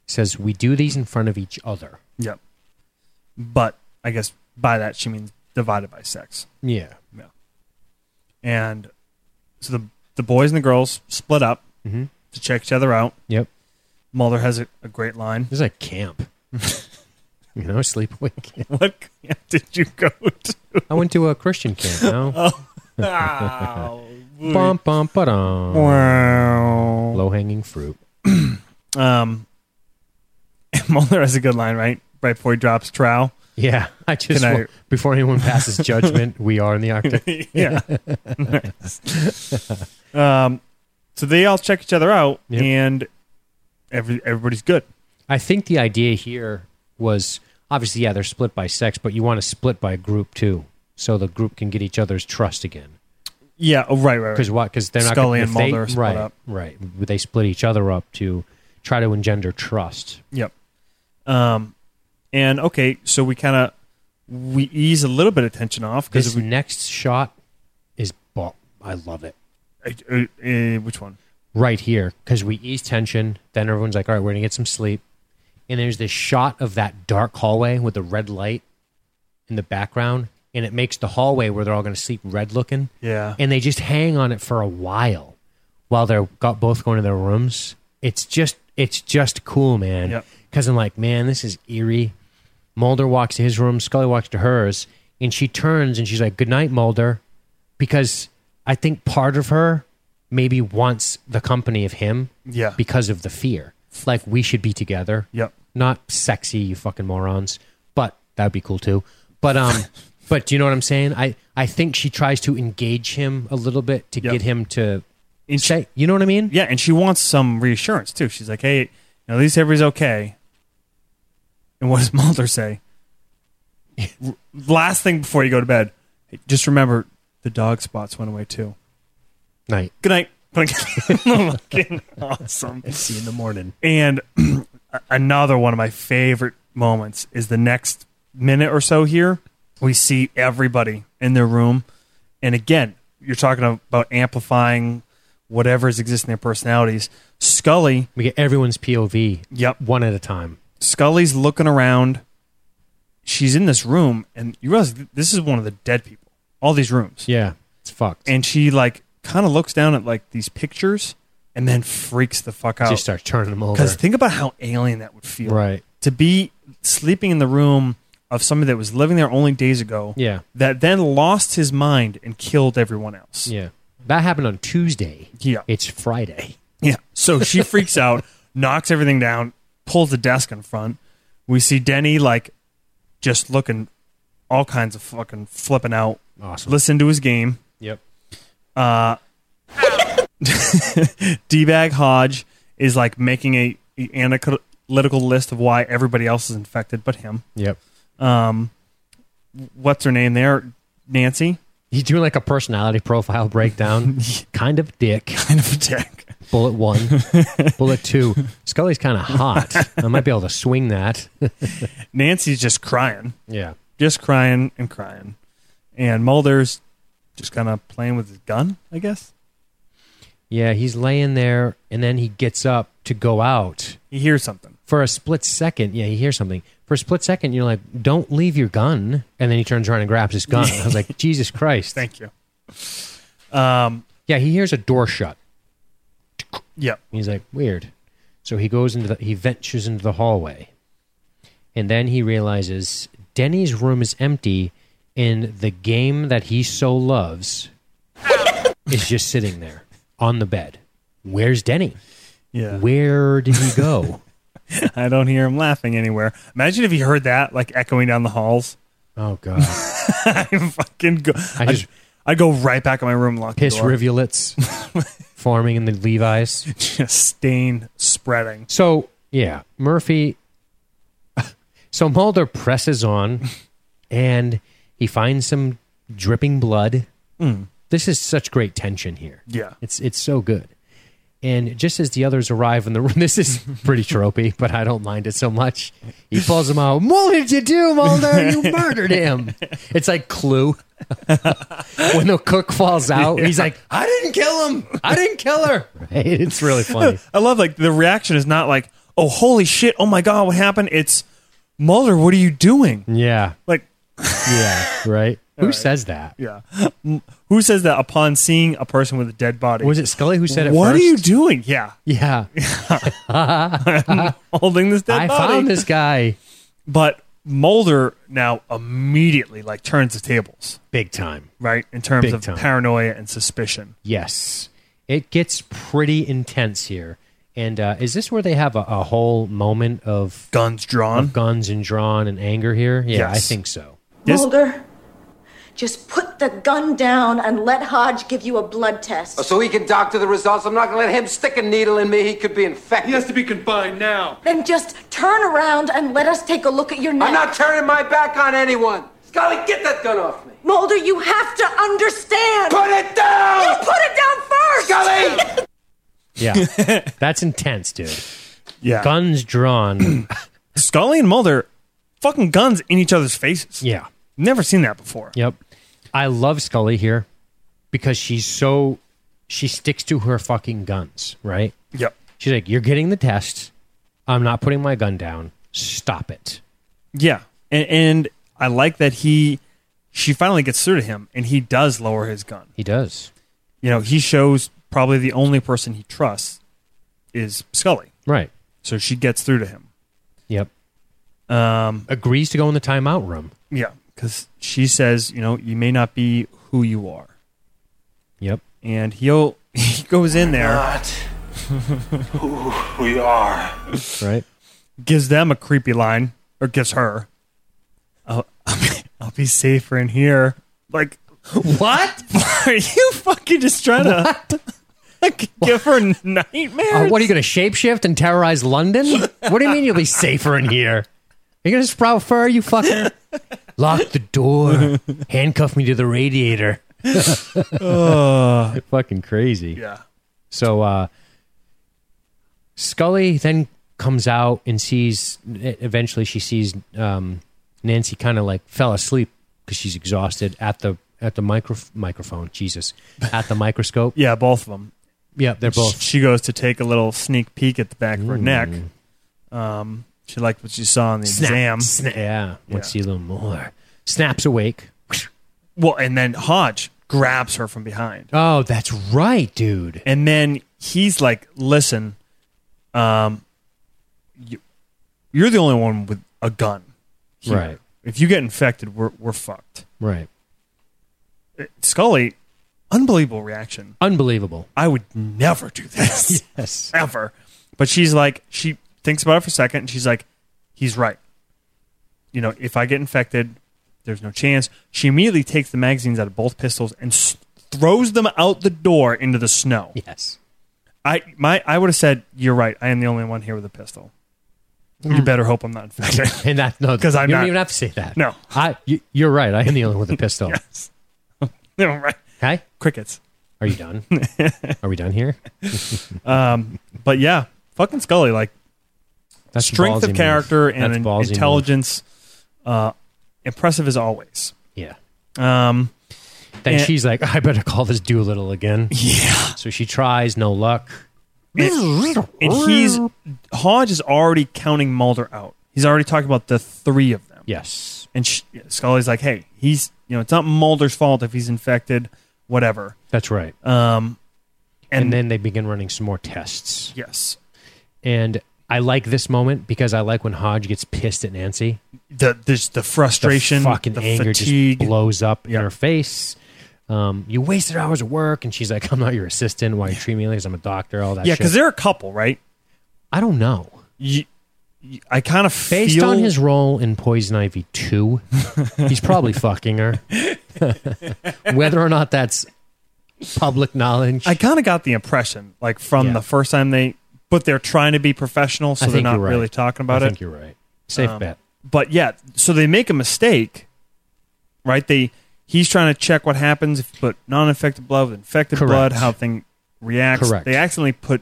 Speaker 1: says we do these in front of each other.
Speaker 2: Yep. But I guess by that she means divided by sex.
Speaker 1: Yeah.
Speaker 2: Yeah. And so the the boys and the girls split up
Speaker 1: Mm-hmm.
Speaker 2: to check each other out.
Speaker 1: Yep.
Speaker 2: Mulder has a, a great line.
Speaker 1: This is like camp. you know, sleepaway camp.
Speaker 2: What camp did you go to?
Speaker 1: I went to a Christian camp. No?
Speaker 2: Oh. Wow.
Speaker 1: bum bum ba
Speaker 2: Wow.
Speaker 1: Low hanging fruit.
Speaker 2: Um, Mulder has a good line, right? Right before he drops trowel.
Speaker 1: Yeah, I just
Speaker 2: Can I-
Speaker 1: wa- before anyone passes judgment, we are in the Arctic.
Speaker 2: yeah. Nice. um, so they all check each other out,
Speaker 1: Yep.
Speaker 2: and every everybody's good.
Speaker 1: I think the idea here was obviously yeah they're split by sex, but you want to split by group too, so the group can get each other's trust again.
Speaker 2: Yeah. Oh, right. Right. right.
Speaker 1: Because what? Because they're not
Speaker 2: Scully
Speaker 1: if
Speaker 2: and
Speaker 1: they-
Speaker 2: Mulder are split
Speaker 1: right,
Speaker 2: up.
Speaker 1: Right. They split each other up to try to engender trust.
Speaker 2: Yep. Um, and okay, so we kind of we ease a little bit of tension off
Speaker 1: This
Speaker 2: because we
Speaker 1: next shot is ball. I love it
Speaker 2: uh, uh, which one?
Speaker 1: right here because we ease tension. Then everyone's like, "All right, we're gonna get some sleep." And there's this shot of that dark hallway with the red light in the background, and it makes the hallway where they're all gonna sleep red looking.
Speaker 2: Yeah.
Speaker 1: and they just hang on it for a while while they're got both going to their rooms. It's just it's just cool, man.
Speaker 2: Yep.
Speaker 1: Because I'm like, man, this is eerie. Mulder walks to his room, Scully walks to hers, and she turns and she's like, "Good night, Mulder," because I think part of her maybe wants the company of him.
Speaker 2: Yeah.
Speaker 1: Because of the fear, like we should be together.
Speaker 2: Yep.
Speaker 1: Not sexy, you fucking morons, but that'd be cool too. But um, but do you know what I'm saying? I I think she tries to engage him a little bit to
Speaker 2: Yep.
Speaker 1: get him to
Speaker 2: And she-
Speaker 1: say, you know what I mean?
Speaker 2: yeah, and she wants some reassurance too. She's like, "Hey, you know, at least everybody's okay." And what does Mulder say? R- Last thing before you go to bed, hey, just remember the dog spots went away too.
Speaker 1: Night.
Speaker 2: Good night. Fucking awesome.
Speaker 1: See you in the morning.
Speaker 2: And another one of my favorite moments is the next minute or so here. We see everybody in their room. And again, you're talking about amplifying whatever is existing in their personalities. Scully,
Speaker 1: We get everyone's POV.
Speaker 2: Yep.
Speaker 1: One at a time.
Speaker 2: Scully's looking around. She's in this room, and you realize th- this is one of the dead people, all these rooms.
Speaker 1: Yeah. It's fucked.
Speaker 2: And she, like, kind of looks down at, like, these pictures and then freaks the fuck out.
Speaker 1: just start turning them over.
Speaker 2: Because think about how alien that would feel.
Speaker 1: Right.
Speaker 2: To be sleeping in the room of somebody that was living there only days ago.
Speaker 1: Yeah.
Speaker 2: That then lost his mind and killed everyone else.
Speaker 1: Yeah. That happened on Tuesday.
Speaker 2: Yeah.
Speaker 1: It's Friday.
Speaker 2: Yeah. So she freaks out, knocks everything down, pulls the desk in front. We see Denny like just looking all kinds of fucking flipping out.
Speaker 1: Awesome.
Speaker 2: Listen to his game.
Speaker 1: Yep.
Speaker 2: D-bag Hodge is like making a, a analytical list of why everybody else is infected but him.
Speaker 1: Yep.
Speaker 2: what's her name there, Nancy,
Speaker 1: He's doing like a personality profile breakdown. kind of dick.
Speaker 2: kind of a dick.
Speaker 1: Bullet one. bullet two. Scully's kind of hot. I might be able to swing that.
Speaker 2: Nancy's just crying,
Speaker 1: yeah.
Speaker 2: just crying and crying, and Mulder's just kind of playing with his gun, I guess.
Speaker 1: Yeah, he's laying there and then he gets up to go out.
Speaker 2: He hears something.
Speaker 1: For a split second, yeah, he hears something. For a split second, you're like, don't leave your gun. And then he turns around and grabs his gun. I was like, Jesus Christ.
Speaker 2: Thank you. Um.
Speaker 1: yeah, he hears a door shut.
Speaker 2: Yep.
Speaker 1: He's like, weird. So he goes into the, he ventures into the hallway. And then he realizes Denny's room is empty and the game that he so loves is just sitting there on the bed. Where's Denny?
Speaker 2: Yeah.
Speaker 1: Where did he go?
Speaker 2: I don't hear him laughing anywhere. Imagine if you heard that like echoing down the halls.
Speaker 1: oh, God.
Speaker 2: I fucking go. I
Speaker 1: just-
Speaker 2: just. I go right back in my room, and lock
Speaker 1: piss
Speaker 2: the door.
Speaker 1: rivulets forming in the Levi's.
Speaker 2: Just stain spreading.
Speaker 1: So yeah, Murphy. So Mulder presses on, and he finds some dripping blood. This is such great tension here.
Speaker 2: Yeah.
Speaker 1: it's it's so good. And just as the others arrive in the room, this is pretty tropey, but I don't mind it so much. He pulls him out. What did you do, Mulder? You murdered him. It's like Clue. when the cook falls out, he's like, I didn't kill him. I didn't kill her. Right? It's really funny.
Speaker 2: I love like the reaction is not like, oh holy shit, oh my god, what happened? It's Mulder, what are you doing?
Speaker 1: Yeah.
Speaker 2: Like,
Speaker 1: Yeah. Right? Who says that?
Speaker 2: yeah. Who says that upon seeing a person with a dead body?
Speaker 1: Was it Scully who said it
Speaker 2: what
Speaker 1: first?
Speaker 2: are you doing? Yeah,
Speaker 1: Yeah.
Speaker 2: holding this dead
Speaker 1: I
Speaker 2: body.
Speaker 1: found this guy
Speaker 2: But Mulder now immediately like turns the tables,
Speaker 1: big time.
Speaker 2: right? In terms
Speaker 1: Big
Speaker 2: of
Speaker 1: time.
Speaker 2: paranoia and suspicion.
Speaker 1: Yes. It gets pretty intense here. And uh, is this where they have a, a whole moment of
Speaker 2: Guns drawn.
Speaker 1: of guns and drawn and anger here? Yeah, I
Speaker 2: Yes.
Speaker 1: think so.
Speaker 2: Yes.
Speaker 4: Mulder, just put the gun down and let Hodge give you a blood test.
Speaker 3: So he can doctor the results. I'm not going to let him stick a needle in me. He could be infected.
Speaker 6: He has to be confined now.
Speaker 4: Then just turn around and let us take a look at your neck.
Speaker 3: I'm not turning my back on anyone. Scully, get that gun off me.
Speaker 4: Mulder, you have to understand.
Speaker 3: Put it down!
Speaker 4: You put it down first.
Speaker 3: Scully!
Speaker 1: Yeah. That's intense, dude.
Speaker 2: Yeah.
Speaker 1: Guns drawn.
Speaker 2: Scully and Mulder, fucking guns in each other's faces.
Speaker 1: yeah.
Speaker 2: Never seen that before.
Speaker 1: Yep. I love Scully here because she's so she sticks to her fucking guns, right?
Speaker 2: Yep.
Speaker 1: She's like, "You're getting the test. I'm not putting my gun down. Stop it."
Speaker 2: Yeah. And, and I like that he, she finally gets through to him and he does lower his gun.
Speaker 1: He does.
Speaker 2: You know, he shows probably the only person he trusts is Scully.
Speaker 1: Right.
Speaker 2: So she gets through to him.
Speaker 1: Yep.
Speaker 2: Um,
Speaker 1: Agrees to go in the timeout room.
Speaker 2: yeah. Because she says, you know, you may not be who you are.
Speaker 1: Yep.
Speaker 2: And he'll, he goes in there,
Speaker 6: Not who we are.
Speaker 1: Right.
Speaker 2: gives them a creepy line, or gives her, I'll, I'll, be, I'll be safer in here. Like,
Speaker 1: What?
Speaker 2: Are you fucking just trying to like, give her nightmares?
Speaker 1: Uh, what are you going to shapeshift and terrorize London? What do you mean you'll be safer in here? Are you going to sprout fur, you fucker? Lock the door. Handcuff me to the radiator. Fucking crazy.
Speaker 2: yeah.
Speaker 1: So uh, Scully then comes out and sees. Eventually, she sees um, Nancy kind of like fell asleep because she's exhausted at the at the micro microphone. Jesus, at the microscope.
Speaker 2: Yeah, both of them.
Speaker 1: yeah, they're both.
Speaker 2: She goes to take a little sneak peek at the back of her neck.
Speaker 1: Mm.
Speaker 2: Um, she liked what she saw on the exam.
Speaker 1: Snap. Yeah, let's
Speaker 2: Yeah.
Speaker 1: see a little more. Snaps awake.
Speaker 2: Well, and then Hodge grabs her from behind.
Speaker 1: Oh, that's right, dude.
Speaker 2: And then he's like, listen, um, you, you're the only one with a gun. here.
Speaker 1: Right.
Speaker 2: If you get infected, we're, we're fucked.
Speaker 1: Right,
Speaker 2: Scully, unbelievable reaction.
Speaker 1: unbelievable.
Speaker 2: I would never do this.
Speaker 1: Yes.
Speaker 2: Ever. But she's like, she thinks about it for a second and she's like, he's right. You know, if I get infected, there's no chance. She immediately takes the magazines out of both pistols and s- throws them out the door into the snow.
Speaker 1: Yes.
Speaker 2: I my I would have said, you're right. I am the only one here with a pistol.
Speaker 1: Hmm.
Speaker 2: You better hope I'm not infected.
Speaker 1: And that no,
Speaker 2: 'Cause I'm
Speaker 1: you
Speaker 2: not-
Speaker 1: don't even have to say that.
Speaker 2: No.
Speaker 1: I. You, you're right. I am the only one with a pistol.
Speaker 2: no, right.
Speaker 1: Okay.
Speaker 2: Crickets.
Speaker 1: Are you done? Are we done here?
Speaker 2: But yeah, fucking Scully, like
Speaker 1: That's
Speaker 2: strength
Speaker 1: ballsy
Speaker 2: of
Speaker 1: move.
Speaker 2: character and
Speaker 1: That's
Speaker 2: an
Speaker 1: ballsy move.
Speaker 2: intelligence. Uh, impressive as always.
Speaker 1: Yeah.
Speaker 2: Um,
Speaker 1: Then
Speaker 2: And-
Speaker 1: she's like, I better call this Doolittle again.
Speaker 2: yeah,
Speaker 1: So she tries, no luck.
Speaker 2: and, and he's Hodge is already counting Mulder out. He's already talking about the three of them.
Speaker 1: Yes.
Speaker 2: And sh Scully's like, "Hey, he's you know it's not Mulder's fault if he's infected, whatever."
Speaker 1: That's right.
Speaker 2: Um,
Speaker 1: and,
Speaker 2: and,
Speaker 1: then they begin running some more tests.
Speaker 2: yes,
Speaker 1: And I like this moment because I like when Hodge gets pissed at Nancy.
Speaker 2: the there's the
Speaker 1: The
Speaker 2: frustration,
Speaker 1: fucking
Speaker 2: the
Speaker 1: anger
Speaker 2: fatigue.
Speaker 1: just blows up
Speaker 2: Yeah.
Speaker 1: in her face. Um, you wasted hours of work, and she's like, "I'm not your assistant. Why you treat me like this? I'm a doctor? All that."
Speaker 2: yeah,
Speaker 1: because
Speaker 2: because they're a couple, right?
Speaker 1: I don't know.
Speaker 2: You, you, I kind of
Speaker 1: Based
Speaker 2: feel
Speaker 1: on his role in Poison Ivy 2, he's probably fucking her. Whether or not that's public knowledge,
Speaker 2: I kind of got the impression, like from
Speaker 1: Yeah.
Speaker 2: the first time they, but they're trying to be professional, so
Speaker 1: I
Speaker 2: they're
Speaker 1: think
Speaker 2: not
Speaker 1: you're right.
Speaker 2: really talking about
Speaker 1: I
Speaker 2: it. Um,
Speaker 1: think you're right. Safe bet.
Speaker 2: But yeah, so they make a mistake, right? They he's trying to check what happens if you put non-infected blood with infected
Speaker 1: Correct.
Speaker 2: blood, how thing reacts.
Speaker 1: Correct.
Speaker 2: They accidentally put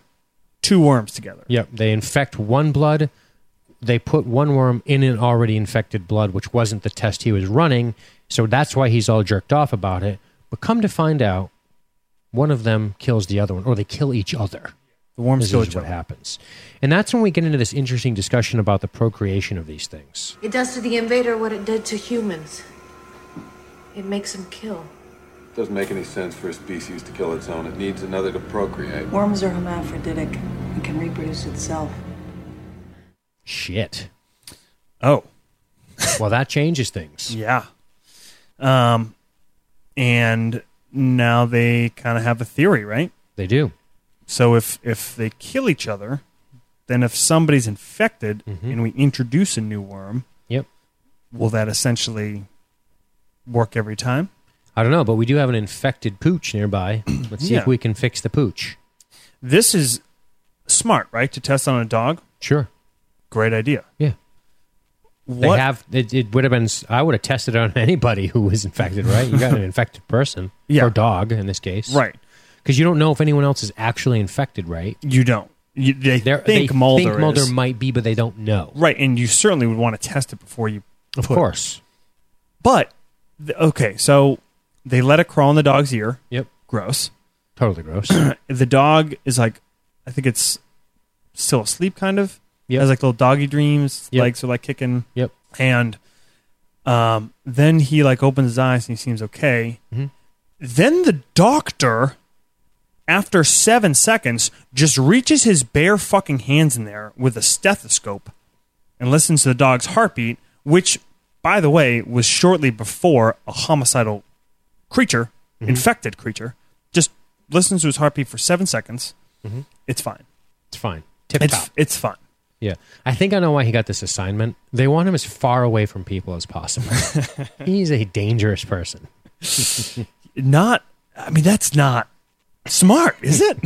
Speaker 2: two worms together.
Speaker 1: Yep. They infect one blood. They put one worm in an already infected blood, which wasn't the test he was running. So that's why he's all jerked off about it. But come to find out, one of them kills the other one, or they kill each other.
Speaker 2: The worms
Speaker 1: This
Speaker 2: kill
Speaker 1: is
Speaker 2: each
Speaker 1: what
Speaker 2: other.
Speaker 1: happens. And that's when we get into this interesting discussion about the procreation of these things.
Speaker 4: It does to the invader what it did to humans. It makes him kill.
Speaker 7: Doesn't make any sense for a species to kill its own. It needs another to procreate.
Speaker 10: Worms are hermaphroditic and can reproduce itself.
Speaker 1: Shit.
Speaker 2: Oh,
Speaker 1: Well, that changes things.
Speaker 2: yeah. Um, and now they kind of have a theory, right?
Speaker 1: They do.
Speaker 2: So if if they kill each other, then if somebody's infected
Speaker 1: Mm-hmm.
Speaker 2: and we introduce a new worm,
Speaker 1: Yep.
Speaker 2: will that essentially work every time?
Speaker 1: I don't know, but we do have an infected pooch nearby. Let's see
Speaker 2: Yeah.
Speaker 1: if we can fix the pooch.
Speaker 2: This is smart, right? To test on a dog,
Speaker 1: Sure.
Speaker 2: great idea.
Speaker 1: Yeah. They
Speaker 2: What?
Speaker 1: have it, it would have been I would have tested on anybody who was infected, right? You got an infected person
Speaker 2: Yeah.
Speaker 1: or dog in this case.
Speaker 2: right,
Speaker 1: Cuz you don't know if anyone else is actually infected, right?
Speaker 2: you don't. You, they
Speaker 1: They're-
Speaker 2: think
Speaker 1: they
Speaker 2: Mulder,
Speaker 1: think Mulder
Speaker 2: is.
Speaker 1: might be but they don't know.
Speaker 2: right, and you certainly would want to test it before you.
Speaker 1: Of
Speaker 2: put it.
Speaker 1: course.
Speaker 2: but th- okay, so they let it crawl in the dog's ear.
Speaker 1: Yep.
Speaker 2: Gross.
Speaker 1: Totally gross.
Speaker 2: the dog is like, I think it's still asleep, kind of.
Speaker 1: Yep.
Speaker 2: Has like little doggy dreams.
Speaker 1: Yep.
Speaker 2: Legs are like kicking,
Speaker 1: yep.
Speaker 2: and um, then he like opens his eyes and he seems okay. Then the doctor, after seven seconds, just reaches his bare fucking hands in there with a stethoscope and listens to the dog's heartbeat, which, by the way, was shortly before a homicidal creature, infected creature, just listens to his heartbeat for seven seconds. It's fine.
Speaker 1: It's fine. Tip top.
Speaker 2: Mm-hmm. It's it's fine.
Speaker 1: Yeah. I think I know why he got this assignment. They want him as far away from people as possible. He's a dangerous person.
Speaker 2: Not. I mean, that's not smart, is it?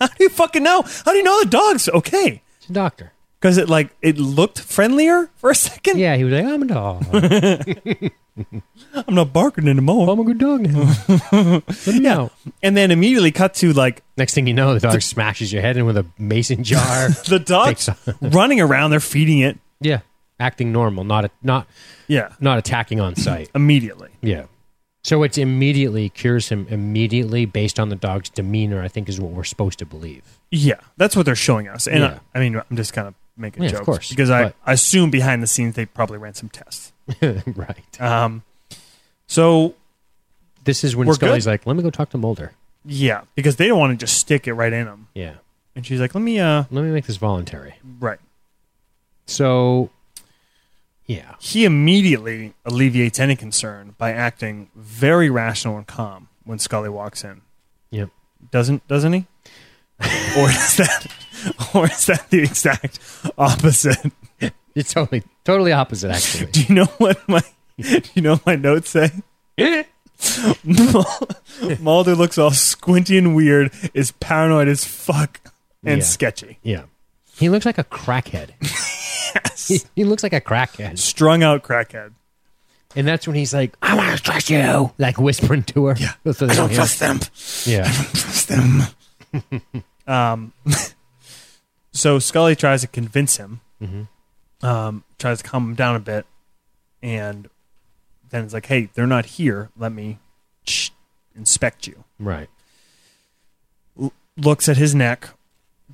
Speaker 2: How do you fucking know? How do you know the dog's okay?
Speaker 1: He's a doctor.
Speaker 2: Because it like it looked friendlier for a second.
Speaker 1: Yeah, he was like, I'm a dog.
Speaker 2: I'm not barking anymore.
Speaker 1: I'm a good dog now. Let me out.
Speaker 2: And then immediately cut to like
Speaker 1: Next thing you know, the dog smashes your head in with a mason jar.
Speaker 2: the dog
Speaker 1: Takes-
Speaker 2: running around. They're feeding it.
Speaker 1: yeah, acting normal, not not
Speaker 2: Yeah,
Speaker 1: not attacking on sight.
Speaker 2: immediately.
Speaker 1: yeah. So it's immediately cures him immediately based on the dog's demeanor. I think is what we're supposed to believe.
Speaker 2: Yeah, that's what they're showing us. And uh,
Speaker 1: Yeah.
Speaker 2: I, I mean, I'm just kind of making
Speaker 1: Yeah, of
Speaker 2: jokes
Speaker 1: course,
Speaker 2: because I,
Speaker 1: but-
Speaker 2: I assume behind the scenes they probably ran some tests.
Speaker 1: right.
Speaker 2: Um, so
Speaker 1: this is when
Speaker 2: we're
Speaker 1: Scully's
Speaker 2: good?
Speaker 1: like, "Let me go talk to Mulder."
Speaker 2: yeah, because they don't want to just stick it right in them.
Speaker 1: Yeah.
Speaker 2: And she's like, "Let me uh,
Speaker 1: Let me make this voluntary.
Speaker 2: right."
Speaker 1: So, yeah.
Speaker 2: He immediately alleviates any concern by acting very rational and calm when Scully walks in.
Speaker 1: Yep.
Speaker 2: Doesn't doesn't he? or is that or is that the exact opposite?
Speaker 1: It's totally totally opposite actually.
Speaker 2: Do you know what my do you know what my notes say? Mulder looks all squinty and weird, is paranoid as fuck, and
Speaker 1: Yeah.
Speaker 2: sketchy.
Speaker 1: Yeah. He looks like a crackhead. he, he looks like a crackhead.
Speaker 2: Strung out crackhead.
Speaker 1: And that's when he's like, I want to trust you. Like whispering to her. Yeah. I don't trust them. Yeah.
Speaker 2: Trust them. um, so Scully tries to convince him
Speaker 1: Mhm.
Speaker 2: um, tries to calm them down a bit, and then it's like, hey, they're not here. Let me shh, inspect you.
Speaker 1: Right.
Speaker 2: L- looks at his neck,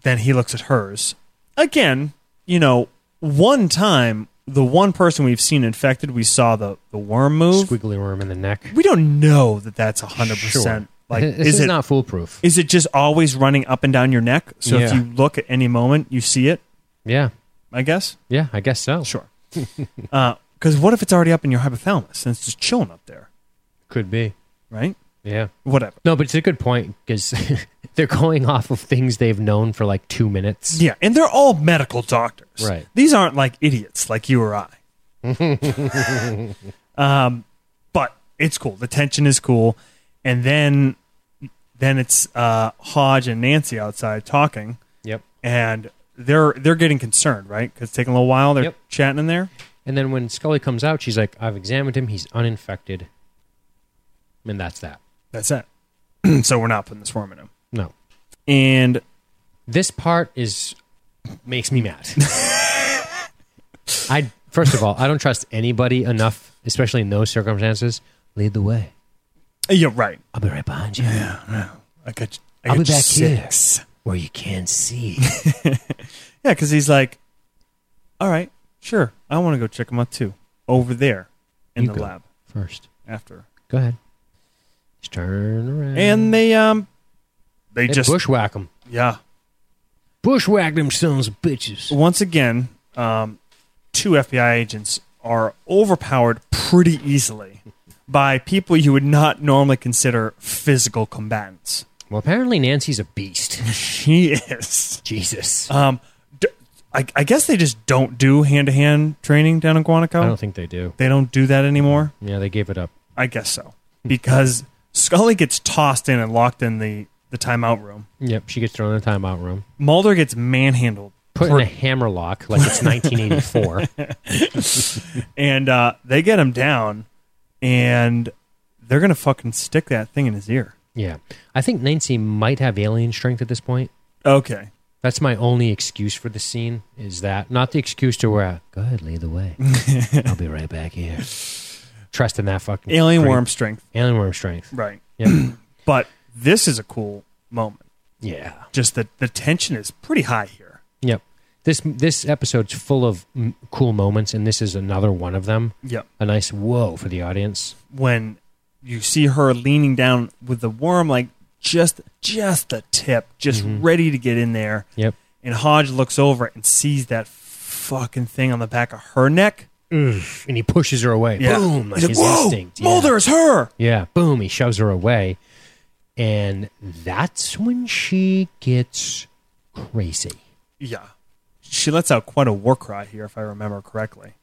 Speaker 2: then he looks at hers. Again, you know, one time the one person we've seen infected, we saw the the worm move.
Speaker 1: Squiggly worm in the neck.
Speaker 2: We don't know that that's hundred
Speaker 1: Sure.
Speaker 2: percent. Like,
Speaker 1: This
Speaker 2: is
Speaker 1: is
Speaker 2: it
Speaker 1: not foolproof.
Speaker 2: Is it just always running up and down your neck? So if
Speaker 1: Yeah.
Speaker 2: you look at any moment, you see it.
Speaker 1: Yeah.
Speaker 2: I guess.
Speaker 1: Yeah, I guess so.
Speaker 2: Sure. Because what if it's already up in your hypothalamus and it's just chilling up there,
Speaker 1: Could be.
Speaker 2: right?
Speaker 1: Yeah.
Speaker 2: Whatever.
Speaker 1: No, but it's a good point because they're going off of things they've known for like two minutes.
Speaker 2: Yeah, and they're all medical doctors.
Speaker 1: Right.
Speaker 2: These aren't like idiots like you or I. um, but it's cool. The tension is cool, and then then it's uh, Hodge and Nancy outside talking,
Speaker 1: Yep.
Speaker 2: and they're they're getting concerned, right? Because it's taking a little while. They're
Speaker 1: Yep.
Speaker 2: chatting in there.
Speaker 1: And then when Scully comes out, she's like, I've examined him. He's uninfected. And that's that.
Speaker 2: That's it. so we're not putting this worm in him.
Speaker 1: No.
Speaker 2: And
Speaker 1: This part is makes me mad. I first of all, I don't trust anybody enough, especially in those circumstances. Lead the way.
Speaker 2: yeah, right.
Speaker 1: I'll be right behind you.
Speaker 2: I got. You, I
Speaker 1: I'll be
Speaker 2: got you
Speaker 1: back here.
Speaker 2: six.
Speaker 1: Where you can't see.
Speaker 2: Yeah, because he's like, all right, sure, I want to go check him out too, over there in
Speaker 1: You
Speaker 2: the
Speaker 1: go.
Speaker 2: lab
Speaker 1: First.
Speaker 2: after.
Speaker 1: Go ahead. Just turn around.
Speaker 2: And they um, they
Speaker 1: They
Speaker 2: just
Speaker 1: bushwhack him.
Speaker 2: yeah.
Speaker 1: Bushwhack them sons of bitches.
Speaker 2: Once again, um, two FBI agents are overpowered pretty easily by people you would not normally consider physical combatants.
Speaker 1: Well, apparently Nancy's a beast.
Speaker 2: She is.
Speaker 1: Jesus.
Speaker 2: Um, d- I, I guess they just don't do hand to hand training down in Guanaco.
Speaker 1: I don't think they do.
Speaker 2: they don't do that anymore.
Speaker 1: Yeah, they gave it up.
Speaker 2: I guess so.
Speaker 1: Hmm.
Speaker 2: Because Scully gets tossed in and locked in the, the timeout room.
Speaker 1: Yep, she gets thrown in the timeout room.
Speaker 2: Mulder gets manhandled.
Speaker 1: Put in a hammer lock like it's 1984.
Speaker 2: And uh, they get him down, and they're going to fucking stick that thing in his ear.
Speaker 1: yeah. I think Nancy might have alien strength at this point.
Speaker 2: Okay.
Speaker 1: That's my only excuse for the scene is that. Not the excuse to where, go ahead, lead the way. I'll be right back here. Trust in that fucking
Speaker 2: Alien
Speaker 1: creep.
Speaker 2: worm strength.
Speaker 1: Alien worm strength.
Speaker 2: Right.
Speaker 1: Yeah.
Speaker 2: But this is a cool moment.
Speaker 1: yeah.
Speaker 2: Just that the tension is pretty high here.
Speaker 1: Yep. This this episode's full of mm, cool moments, and this is another one of them.
Speaker 2: Yep.
Speaker 1: A nice whoa for the audience.
Speaker 2: When you see her leaning down with the worm, like just just the tip, just
Speaker 1: Mm-hmm.
Speaker 2: ready to get in there.
Speaker 1: Yep.
Speaker 2: And Hodge looks over and sees that fucking thing on the back of her neck.
Speaker 1: And he pushes her away.
Speaker 2: Yeah.
Speaker 1: Boom! Like
Speaker 2: He's like,
Speaker 1: his
Speaker 2: Whoa,
Speaker 1: instinct. Yeah.
Speaker 2: Mulder, it's her.
Speaker 1: Yeah. Boom! He shoves her away, and that's when she gets crazy.
Speaker 2: Yeah. She lets out quite a war cry here, if I remember correctly.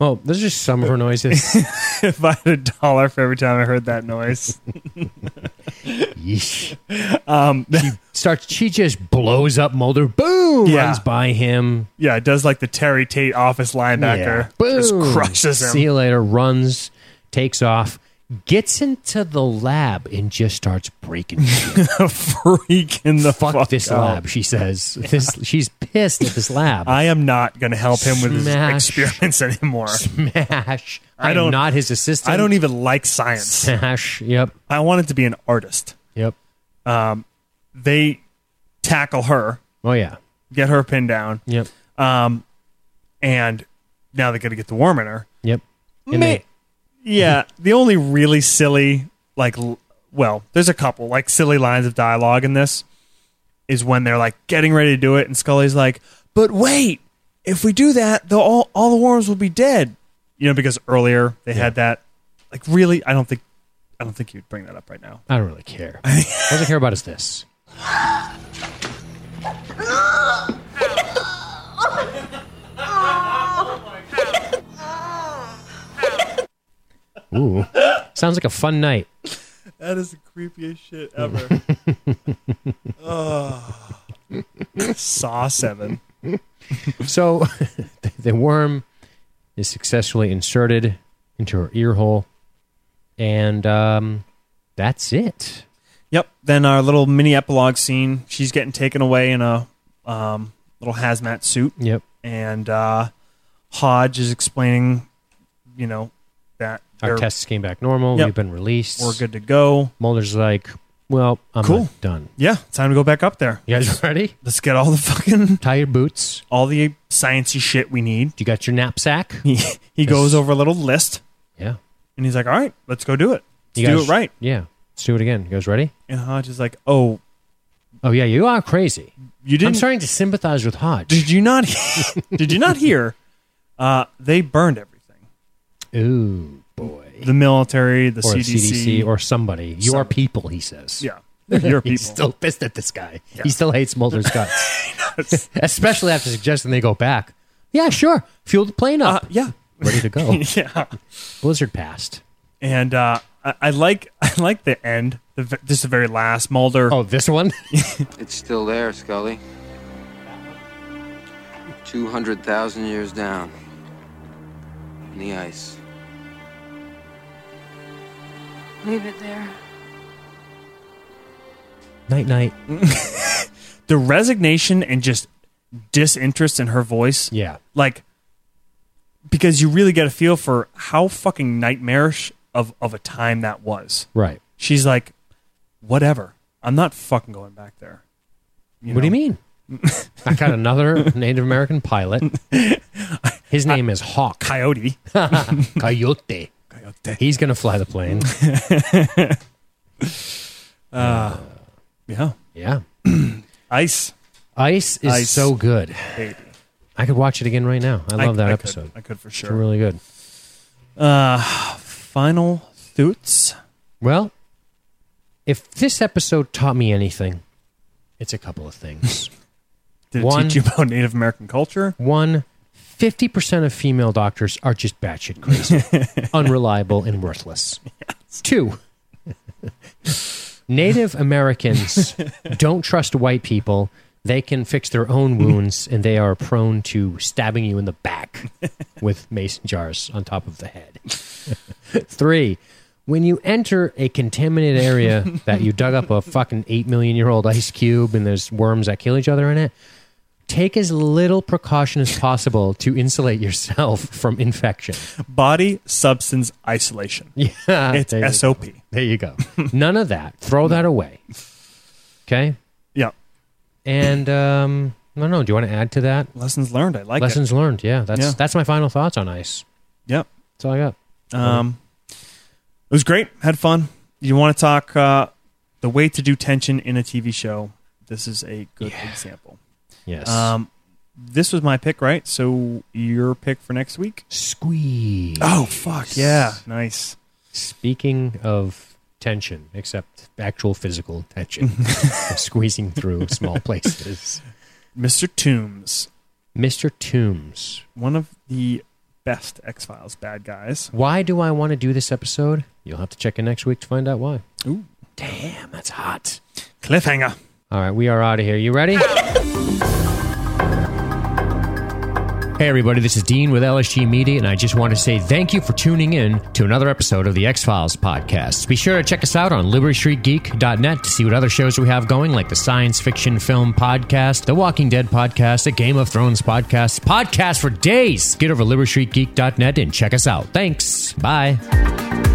Speaker 1: Well, there's just some of her noises.
Speaker 2: if I had a dollar for every time I heard that noise.
Speaker 1: Yeesh. she starts. She just blows up Mulder. Boom!
Speaker 2: Yeah.
Speaker 1: Runs by him.
Speaker 2: Yeah, it does like the Terry Tate office linebacker.
Speaker 1: Boom.
Speaker 2: Just crushes him.
Speaker 1: See you later. Runs, takes off, gets into the lab, and just starts breaking. shit.
Speaker 2: Freaking the
Speaker 1: fuck,
Speaker 2: fuck,
Speaker 1: this
Speaker 2: up.
Speaker 1: lab, she says. This, she's pissed at this lab.
Speaker 2: I am not going to help him with his
Speaker 1: Smash.
Speaker 2: experiments anymore.
Speaker 1: Smash.
Speaker 2: I
Speaker 1: I am
Speaker 2: don't-
Speaker 1: not his assistant.
Speaker 2: I don't e- even like science.
Speaker 1: Smash. Yep.
Speaker 2: I wanted to be an artist.
Speaker 1: Yep.
Speaker 2: They tackle her,
Speaker 1: Oh yeah.
Speaker 2: get her pinned down.
Speaker 1: Yep.
Speaker 2: and now they got to get the worm in her.
Speaker 1: Yep. And
Speaker 2: Ma-
Speaker 1: they-
Speaker 2: yeah, the only really silly, like, l- well, there's a couple like silly lines of dialogue in this is when they're like getting ready to do it, and Scully's like, "But wait, if we do that, the all all the worms will be dead." You know, because earlier they had that. Like, really, I don't think, I don't think you'd bring that up right now.
Speaker 1: I don't really care. All I care about is this. Ooh. Sounds like a fun night.
Speaker 2: That is the creepiest shit ever. Saw seven.
Speaker 1: So the- the worm is successfully inserted into her ear hole, and um, That's it.
Speaker 2: Yep. Then our little mini epilogue scene. She's getting taken away in a um, little hazmat suit.
Speaker 1: Yep.
Speaker 2: And uh, Hodge is explaining, you know, that
Speaker 1: Our
Speaker 2: they're-
Speaker 1: tests came back normal.
Speaker 2: Yep.
Speaker 1: We've been released.
Speaker 2: we're good to go.
Speaker 1: Mulder's like, well, I'm
Speaker 2: Cool.
Speaker 1: not done.
Speaker 2: Yeah, time to go back up there.
Speaker 1: You guys ready?
Speaker 2: Let's get all the fucking
Speaker 1: Tie your boots.
Speaker 2: all the sciencey shit we need.
Speaker 1: You got your knapsack.
Speaker 2: He he goes over a little list
Speaker 1: Yeah.
Speaker 2: and he's like, "All right, let's go do it. Let's
Speaker 1: You
Speaker 2: do
Speaker 1: guys-
Speaker 2: it right."
Speaker 1: Yeah. Let's do it again. You guys ready?
Speaker 2: And Hodge is like, "Oh,
Speaker 1: Oh yeah, you are crazy.
Speaker 2: you
Speaker 1: I'm
Speaker 2: didn't?
Speaker 1: starting to sympathize with Hodge.
Speaker 2: Did you not? did you not hear? Uh, they burned everything.
Speaker 1: Ooh boy.
Speaker 2: The military, the
Speaker 1: or the
Speaker 2: CDC,
Speaker 1: CDC or somebody. Your people, he says.
Speaker 2: yeah, they're your people.
Speaker 1: He's still pissed at this guy. He still hates Mulder's guts. Especially after suggesting they go back. Yeah, sure. Fuel the plane
Speaker 2: uh,
Speaker 1: up.
Speaker 2: yeah,
Speaker 1: Ready to go.
Speaker 2: yeah."
Speaker 1: Blizzard passed.
Speaker 2: And uh, I, I like I like the end. The, v- this is the very last Mulder.
Speaker 1: Oh, this one?
Speaker 3: It's still there, Scully. 200,000 years down. In the ice.
Speaker 10: Leave it there.
Speaker 1: night night.
Speaker 2: The resignation and just disinterest in her voice.
Speaker 1: Yeah.
Speaker 2: like because you really get a feel for how fucking nightmarish of, of a time that was.
Speaker 1: Right.
Speaker 2: She's like, whatever. I'm not fucking going back there.
Speaker 1: what do you mean? I got another Native American pilot. His name is Hawk.
Speaker 2: Coyote.
Speaker 1: Coyote.
Speaker 2: Coyote.
Speaker 1: He's going to fly the plane.
Speaker 2: Yeah.
Speaker 1: Yeah.
Speaker 2: Ice.
Speaker 1: Ice is
Speaker 2: Ice.
Speaker 1: so good.
Speaker 2: Baby.
Speaker 1: I could watch it again right now. I love that
Speaker 2: I could-
Speaker 1: episode.
Speaker 2: I could for
Speaker 1: It's
Speaker 2: sure.
Speaker 1: really good.
Speaker 2: Final thoughts.
Speaker 1: Well, if this episode taught me anything, it's a couple of things.
Speaker 2: Did it
Speaker 1: One.
Speaker 2: teach you about Native American culture?
Speaker 1: One, 50% of female doctors are just batshit crazy, unreliable, and worthless. Two, Native Americans don't trust white people. They can fix their own wounds, and they are prone to stabbing you in the back with mason jars on top of the head. Three, when you enter a contaminated area that you dug up a fucking 8 million year old ice cube and there's worms that kill each other in it, take as little precaution as possible to insulate yourself from infection.
Speaker 2: Body substance isolation.
Speaker 1: Yeah,
Speaker 2: It's
Speaker 1: there you
Speaker 2: SOP.
Speaker 1: go. There you go. None of that. Throw that away. Okay.
Speaker 2: Yeah.
Speaker 1: And um, I don't know. Do you want to add to that?
Speaker 2: Lessons learned. I like
Speaker 1: Lessons learned. Yeah. That's
Speaker 2: Yeah.
Speaker 1: that's my final thoughts on ice.
Speaker 2: it. Yep.
Speaker 1: That's all I got.
Speaker 2: Um, it was great. Had fun. You want to talk uh, the way to do tension in a TV show? This is a good example.
Speaker 1: Yes.
Speaker 2: Um, this was my pick, right? So your pick for next week?
Speaker 1: Squeeze.
Speaker 2: Oh fuck yeah! Nice.
Speaker 1: Speaking of tension, except actual physical tension, squeezing through small places.
Speaker 2: Mr. Toombs,
Speaker 1: Mr. Toombs.
Speaker 2: one of the best X Files bad guys.
Speaker 1: Why do I want to do this episode? You'll have to check in next week to find out why.
Speaker 2: Ooh.
Speaker 1: Damn, that's hot.
Speaker 2: Cliffhanger.
Speaker 1: All right, we are out of here. You ready? hey, everybody, this is Dean with LSG Media, and I just want to say thank you for tuning in to another episode of the X Files podcast. Be sure to check us out on libertystreetgeek.net to see what other shows we have going, like the Science Fiction Film Podcast, The Walking Dead Podcast, the Game of Thrones Podcast, podcast for days. Get over to libertystreetgeek.net and check us out. Thanks. Bye.